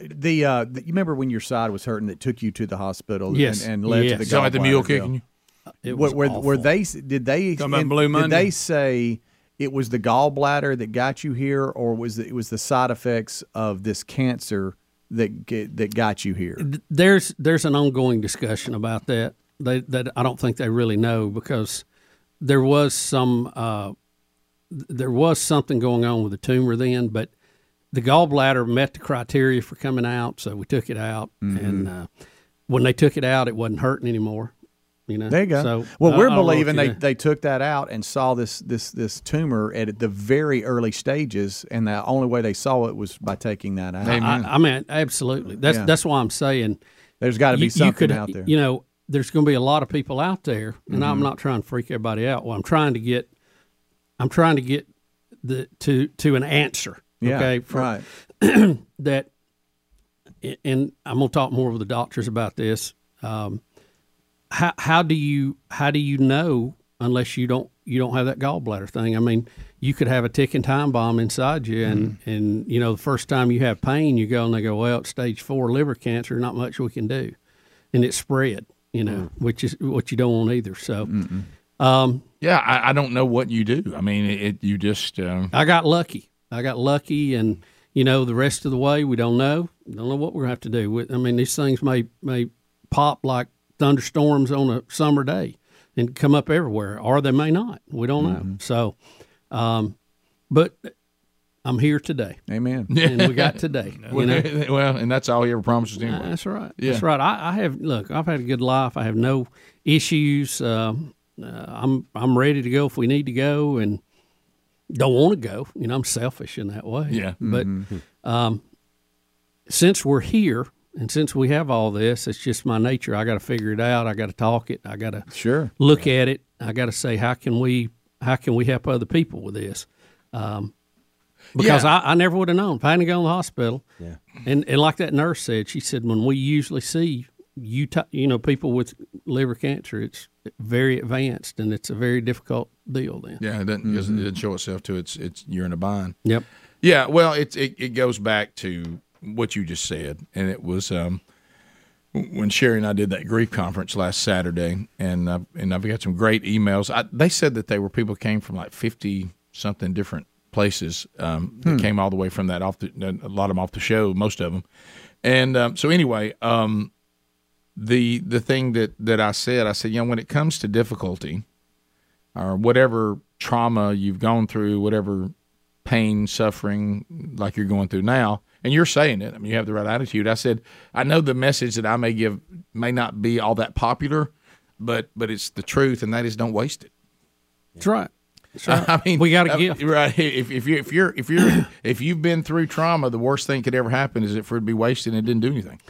The, uh, the- you remember when your side was hurting that took you to the hospital Yes. and, and led Yes. to the Sound like the mule gallbladder kicking you? deal? It Were- was were, were awful. they did they Talking about and Blue did Monday? they say it was the gallbladder that got you here or was it, it was the side effects of this cancer that get, that got you here? Th- there's there's an ongoing discussion about that. They, that I don't think they really know because there was some uh, th- there was something going on with the tumor then, but the gallbladder met the criteria for coming out, so we took it out. Mm-hmm. And uh, when they took it out, it wasn't hurting anymore. You know, There you go. So, uh, well, I- we're I don't know if believing you they, know. they took that out and saw this this this tumor at the very early stages, and the only way they saw it was by taking that out. I, I mean, absolutely. That's Yeah. that's why I'm saying there's got to be something out there. You know, there's going to be a lot of people out there, and I'm Mhm. not trying to freak everybody out. Well, I'm trying to get, I'm trying to get the to to an answer. Yeah, okay, for- right. that, and I'm going to talk more with the doctors about this. Um, how how do you how do you know unless you don't you don't have that gallbladder thing? I mean, you could have a ticking time bomb inside you, and Mm-hmm. and you know the first time you have pain, you go and they go, well, it's stage four liver cancer, not much we can do, and it spread, you Mm. know, which is what you don't want either. So, um, yeah, I, I don't know what you do. I mean, it, it you just um, I got lucky. I got lucky, and you know the rest of the way we don't know. Don't know what we're gonna have to do. With I mean, these things may may pop like thunderstorms on a summer day and come up everywhere, or they may not. We don't Mm-hmm. know. So, um, but I'm here today. Amen. And we got today. you know? well, and that's all he ever promises anyway. That's right. Yeah. That's right. I, I have look. I've had a good life. I have no issues. Um, uh, I'm I'm ready to go if we need to go, and don't want to go. You know, I'm selfish in that way. Yeah. But um, since we're here and since we have all this, it's just my nature. I got to figure it out. I got to talk it. I got to Sure. look at it. I got to say, how can we how can we help other people with this? Um, because I, I never would have known. If I hadn't gone to the hospital, Yeah. and and like that nurse said, she said when we usually see you, t- you know, people with liver cancer, it's very advanced and it's a very difficult deal. Then, Yeah, it doesn't, it doesn't- it doesn't show itself to it's it's you're in a bind. Mm-hmm. Yep. Yeah, well, it, it it goes back to what you just said, and it was um, when Sherry and I did that grief conference last Saturday, and uh, and I've got some great emails. I, they said that they were people came from like fifty something different places um, that Hmm. came all the way from that off the, a lot of them off the show, most of them, and um, so anyway, um, the the thing that that I said, I said, you know, when it comes to difficulty or whatever trauma you've gone through, whatever pain, suffering like you're going through now, and you're saying it. I mean, you have the right attitude. I said, I know the message that I may give may not be all that popular, but but it's the truth, and that is don't waste it. That's right. I mean, we got to uh, give. right. If, if you if you're if you're if you've been through trauma, the worst thing could ever happen is if it would be wasted and it didn't do anything.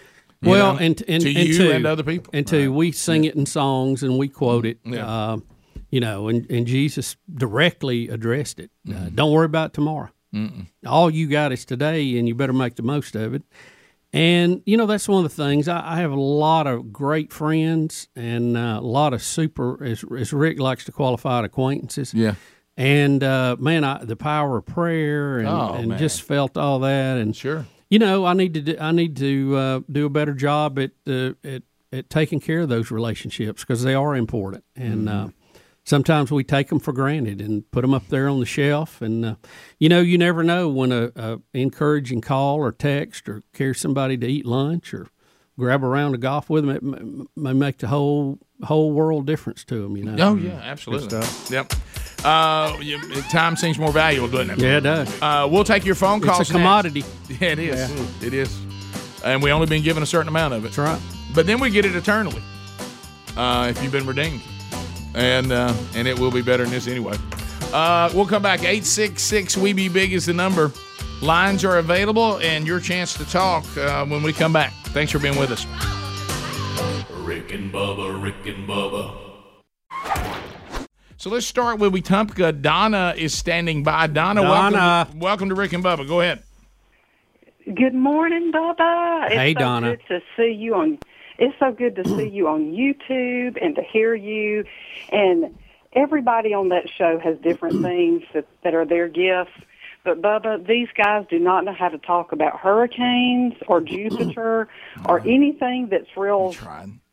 you well, know, and and to and you to, and other people. and to we sing it in songs and we quote it. Um, you know, and, and Jesus directly addressed it. Uh, Mm-hmm. Mhm. don't worry about tomorrow. Mm-mm. All you got is today, and you better make the most of it. And you know, that's one of the things. I, I have a lot of great friends and uh, a lot of super, as, as Rick likes to qualify it, acquaintances. Yeah. And uh, man, I, the power of prayer and, Oh, and man. just felt all that. And sure, you know, I need to do, I need to uh, do a better job at uh, at at taking care of those relationships because they are important. And Mhm. uh, sometimes we take them for granted and put them up there on the shelf. And uh, you know, you never know when a, a encouraging call or text or carry somebody to eat lunch or grab a round of golf with them it m- m- may make the whole whole world difference to them. You know. Oh yeah, absolutely. Mm-hmm. Good stuff. Yep. Uh, you- time seems more valuable, doesn't it? Yeah, it does. Uh, we'll take your phone It's calls. next. a commodity. Yeah, it is. Yeah. It is. And we only been given a certain amount of it. That's right. But then we get it eternally. Uh, if you've been redeemed, and uh, and it will be better than this anyway. Uh, we'll come back. Eight six six. We be big is the number. Lines are available, and your chance to talk uh, when we come back. Thanks for being with us. Rick and Bubba, Rick and Bubba, So let's start with Wetumpka. Donna is standing by. Donna, Donna. Welcome, welcome to Rick and Bubba. Go ahead. Good morning, Bubba. It's Hey, so Donna. Good to see you on. It's so good to see you on YouTube and to hear you. And everybody on that show has different things that, that are their gifts. But Bubba, these guys do not know how to talk about hurricanes or Jupiter or anything that's real.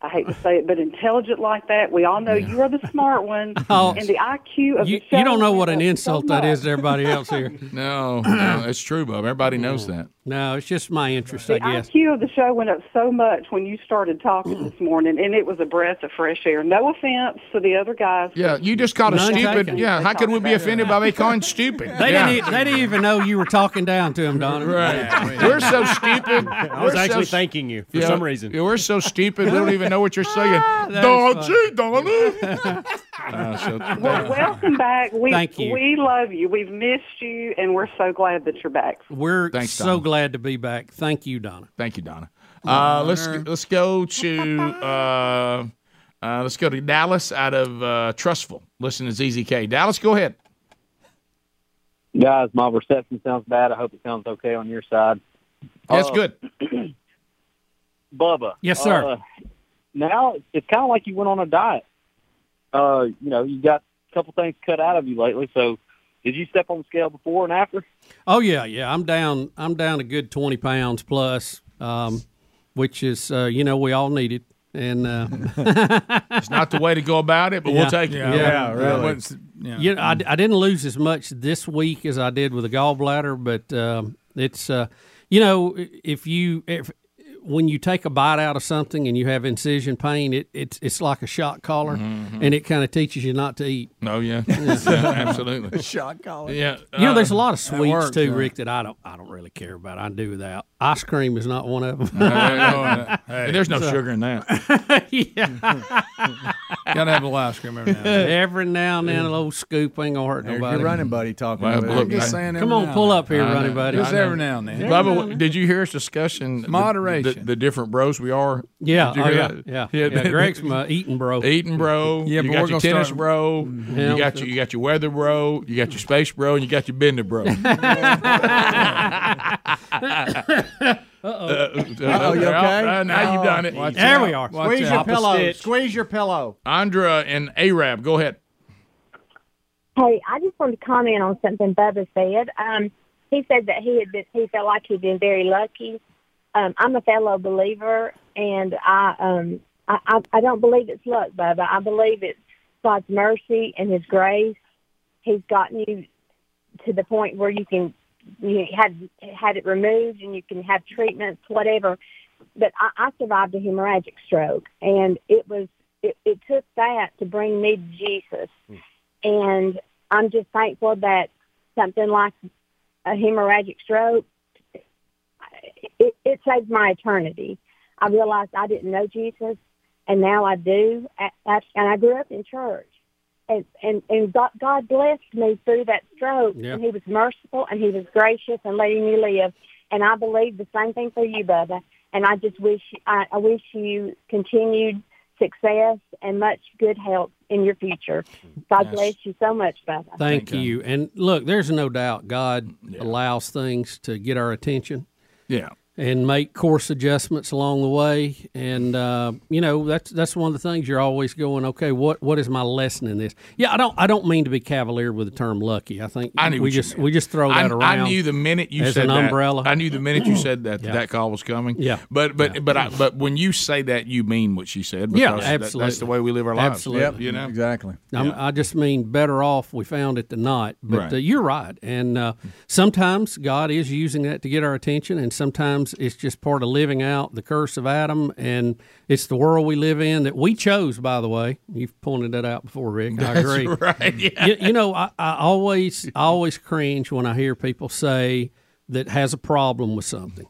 I hate to say it, but intelligent like that. We all know you're the smart one, Oh. and the IQ of You, the show. you don't know what an is insult so that is much. to everybody else here. no, no, it's true, Bob. Everybody knows that. No, it's just my interest, I The guess. IQ of the show went up so much when you started talking Mm. this morning, and it was a breath of fresh air. No offense to the other guys. Yeah, you just called a None stupid. taken. Yeah, how can we be offended by me calling stupid? They yeah. didn't. e- They didn't even know you were talking down to him, Donna. Right. We're so stupid. I was actually thanking you for some reason. Ah, Yeah, we're so stupid. We don't even know what you're saying. is Dodgy, Donna. Ah, Uh, so Well, welcome back. We Thank you. we love you. We've missed you, and we're so glad that you're back. We're Thanks, so Donna. glad to be back. Thank you, Donna. Thank you, Donna. Uh, let's let's go to uh, uh, let's go to Dallas out of uh, Trustful. Listen to ZZK. Dallas, go ahead. Guys, my reception sounds bad. I hope it sounds okay on your side. That's Uh, good. Bubba. Yes, sir. Uh, now it's, it's kind of like you went on a diet. Uh, you know, you got a couple things cut out of you lately. So, did you step on the scale before and after? Oh yeah, yeah. I'm down. I'm down a good twenty pounds plus, um, which is uh, you know we all need it. And uh, it's not the way to go about it, but we'll take it. Yeah, yeah, really. What's- yeah. You know, I, I didn't lose as much this week as I did with the gallbladder, but um, it's uh, you know if you if when you take a bite out of something and you have incision pain, it it's it's like a shock collar, and it kind of teaches you not to eat. Mm-hmm. Oh yeah, Yeah, absolutely. Shock collar. Yeah, you know, uh, there's um, a lot of that sweets works, too, yeah. Rick, that I don't I don't really care about. I do without. Ice cream is not one of them. Uh, hey, there's no sugar in that. Gotta have a little ice cream every now and then. every now and then, a little scoop ain't gonna hurt There's nobody. your running buddy talking Well, over there. look, I'm just I- saying Come on, pull up here, I know. running buddy. I know. Every Bubba, now and then. did you hear us discussing the- Moderation. The, the different bros we are. Yeah, Did you oh, hear yeah, that? yeah, yeah. Greg's my eating bro. Eating bro. Yeah, you but got we're your gonna tennis start- bro. Mhm. You got your you got your weather bro. You Mm-hmm. got your space bro, and you got your bender bro. Uh-oh. Uh-oh, you okay? Uh, now you've done it. Watch There out. we are. Watch Squeeze out. your Papa pillow. Stitch. Squeeze your pillow. Andra and Arab, go ahead. Hey, I just wanted to comment on something Bubba said. Um, he said that he had been, he felt like he'd been very lucky. Um, I'm a fellow believer, and I um I, I I don't believe it's luck, Bubba. I believe it's God's mercy and His grace. He's gotten you to the point where you can you had had it removed and you can have treatments, whatever. But I, I survived a hemorrhagic stroke, and it was it, it took that to bring me to Jesus and I'm just thankful that something like a hemorrhagic stroke it, it saved my eternity. I realized I didn't know Jesus, and now I do. A- a- And I grew up in church, and and and God, God blessed me through that stroke, Yeah. and He was merciful and He was gracious and letting me live. And I believe the same thing for you, Bubba. And I just wish I, I wish you continued success and much good health in your future. God bless you so much, Bubba. Thank you. And look, there's no doubt God allows things to get our attention. Yeah. And make course adjustments along the way, and uh, you know that's that's one of the things you're always going. Okay, what what is my lesson in this? Yeah, I don't I don't mean to be cavalier with the term lucky. I think I knew we what you just meant. we just throw I- that around. I knew the minute you as said an that- umbrella. I knew the minute you said that that, that call was coming. Yeah. but but but I, but when you say that, you mean what she said. Yeah, because that- that's the absolutely. way we live our lives. Absolutely. Yep, you know exactly. I'm, I just mean better off we found it than not. But Right. uh, you're right, and uh, sometimes God is using that to get our attention, and sometimes it's just part of living out the curse of Adam, and it's the world we live in that we chose. By the way, you've pointed that out before, Rick. I That's agree. right, yeah. You, you know, I, I always I always cringe when I hear people say that has a problem with something,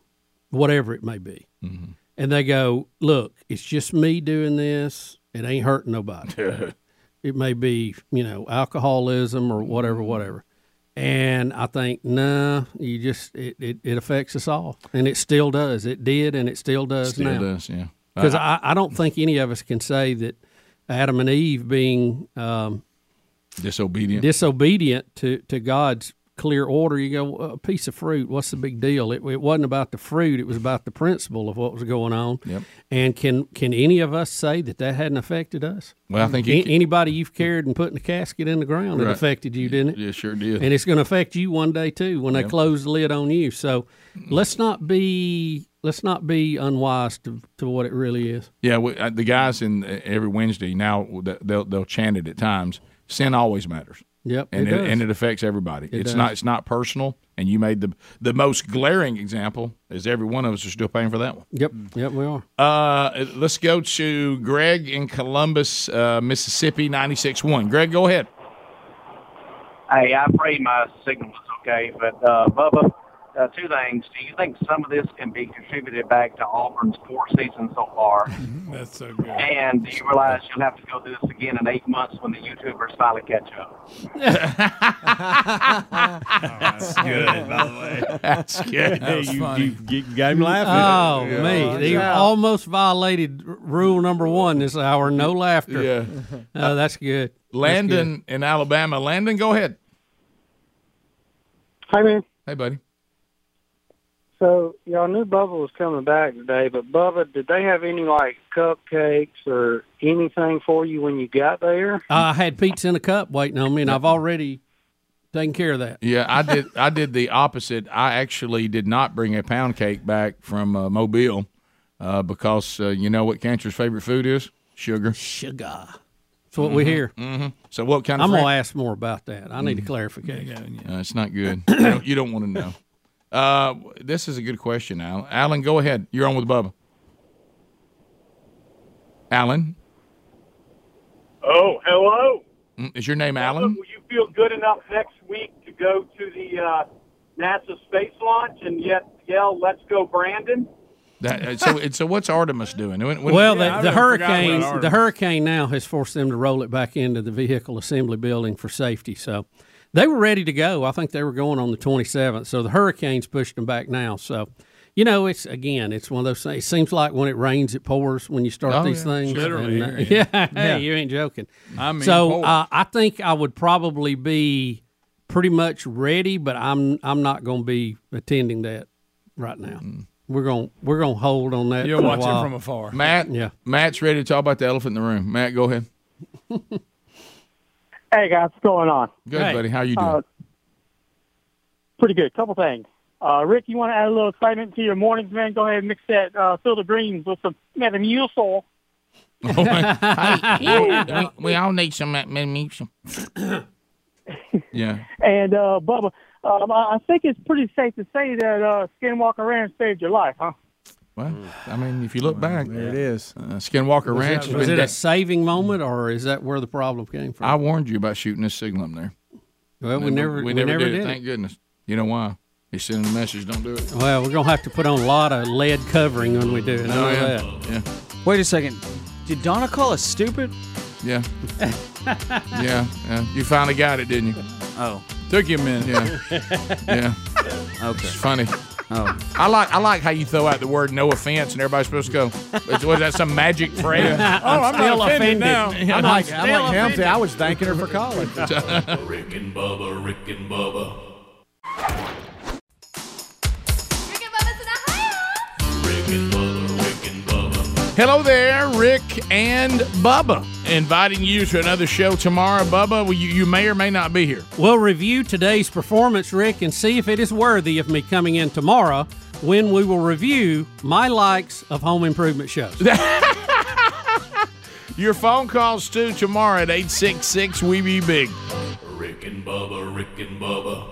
whatever it may be Mm-hmm. and they go, "Look, it's just me doing this. It ain't hurting nobody. it may be, you know, alcoholism or whatever, Mm-hmm. whatever." And I think, nah, you just it, it, it affects us all, and it still does. It did, and it still does Still now. does, yeah. Because Uh, I, I don't think any of us can say that Adam and Eve being um, disobedient. disobedient to, to God's clear order. You go, a piece of fruit, what's the big deal? It, it wasn't about the fruit, it was about the principle of what was going on. Yep. And can, can any of us say that that hadn't affected us? Well, I think you A- can- anybody you've carried and put in a casket in the ground, it Right. affected you, didn't it? Yeah, sure did. And it's going to affect you one day too when Yep. Mm. they close the lid on you. So let's not be let's not be unwise to, to what it really is. Yeah, we, uh, the guys in uh, every Wednesday now th- they'll they'll chant it at times. Sin always matters. Yep, and it it, does. and it affects everybody. It it's does. not it's not personal. And you made the the most glaring example is every one of us are still paying for that one. Yep, yep, we are. Uh, let's go to Greg in Columbus, uh, Mississippi, ninety six one. Greg, go ahead. Hey, I pray my signal is okay, but uh, Bubba, uh, two things. Do you think some of this can be contributed back to Auburn's poor season so far? That's so good. And do you realize you'll have to go through this again in eight months when the YouTubers finally catch up? That's good, by the way. That's good. That was You- funny. you get- got him laughing. Oh Yeah. me, they Yeah. almost violated r- rule number one this hour: no laughter. Yeah. Oh, that's good. That's Landon in Alabama. Landon, go ahead. Hi, man. Hey, buddy. So y'all knew Bubba was coming back today, but Bubba, did they have any like cupcakes or anything for you when you got there? good. I had pizza in a cup waiting on me, and I've already taken care of that. Yeah, I did. I did the opposite. I actually did not bring a pound cake back from uh, Mobile uh, because uh, you know what cancer's favorite food is sugar. Sugar. Mm-hmm. That's what we hear. hmm So what kind? I'm of gonna ask more about that. I Mm. need a clarification. Uh, it's not good. you don't, you don't want to know. Uh, this is a good question, Alan. Alan, go ahead. You're on with Bubba. Alan, Oh, hello. Mm, is your name Look, Alan? will you feel good enough next week to go to the uh, NASA space launch and yet yell, "Let's go, Brandon"? That, uh, so, and so what's Artemis doing? When- when- well, the, the hurricane the hurricane now has forced them to roll it back into the vehicle assembly building for safety. So they were ready to go. I think they were going on the 27th. So the hurricane's pushed them back now. So you know, it's again, it's one of those things. It seems like when it rains, it pours. When you start Oh, these yeah. things, Literally, And, uh, yeah. yeah, Yeah. Hey, you ain't joking. I mean, so pours. uh, I think I would probably be pretty much ready, but I'm I'm not going to be attending that right now. Mm. We're going we're going to hold on that. You're for a watching while. from afar. Matt, yeah. Matt's ready to talk about the elephant in the room. Matt, go ahead. Hey guys, what's going on? Good, Hey. buddy. How you doing? Uh, pretty good. Couple things. Uh, Rick, you want to add a little excitement to your mornings, man? Go ahead and mix that uh, field of greens with some man, the mule soul. Oh, we, we all need some Matt Meeson. yeah. And uh, Bubba, um, I I think it's pretty safe to say that uh, Skinwalker Ranch saved your life, huh? Well, I mean, if you look back, there it is. Uh, Skinwalker Was Ranch. that- has was been it a de- saving moment, or is that where the problem came from? I warned you about shooting this signal in there. Well, we never- we never did it. Thank goodness. You know why? He's sending a message. Don't do it. well, we're gonna have to put on a lot of lead covering when we do it. I Oh, know yeah. that. Yeah. Wait a second. Did Donna call us stupid? Yeah. yeah. Yeah. You finally got it, didn't you? Oh. Took you a minute. Yeah. yeah. Okay. It's funny. Oh. I like I like how you throw out the word "no offense" and everybody's supposed to go. "Is- Was that some magic phrase? Yeah. Oh, I'm still not offended, offended. now. I'm like- I'm like Him, see, I was thanking her for calling. Rick and Bubba, Rick and Bubba. Hello there, Rick and Bubba. Inviting you to another show tomorrow. Bubba, well, you, you may or may not be here. We'll review today's performance, Rick, and see if it is worthy of me coming in tomorrow when we will review my likes of home improvement shows. Your phone calls too tomorrow at 866 We Be Big. Rick and Bubba, Rick and Bubba.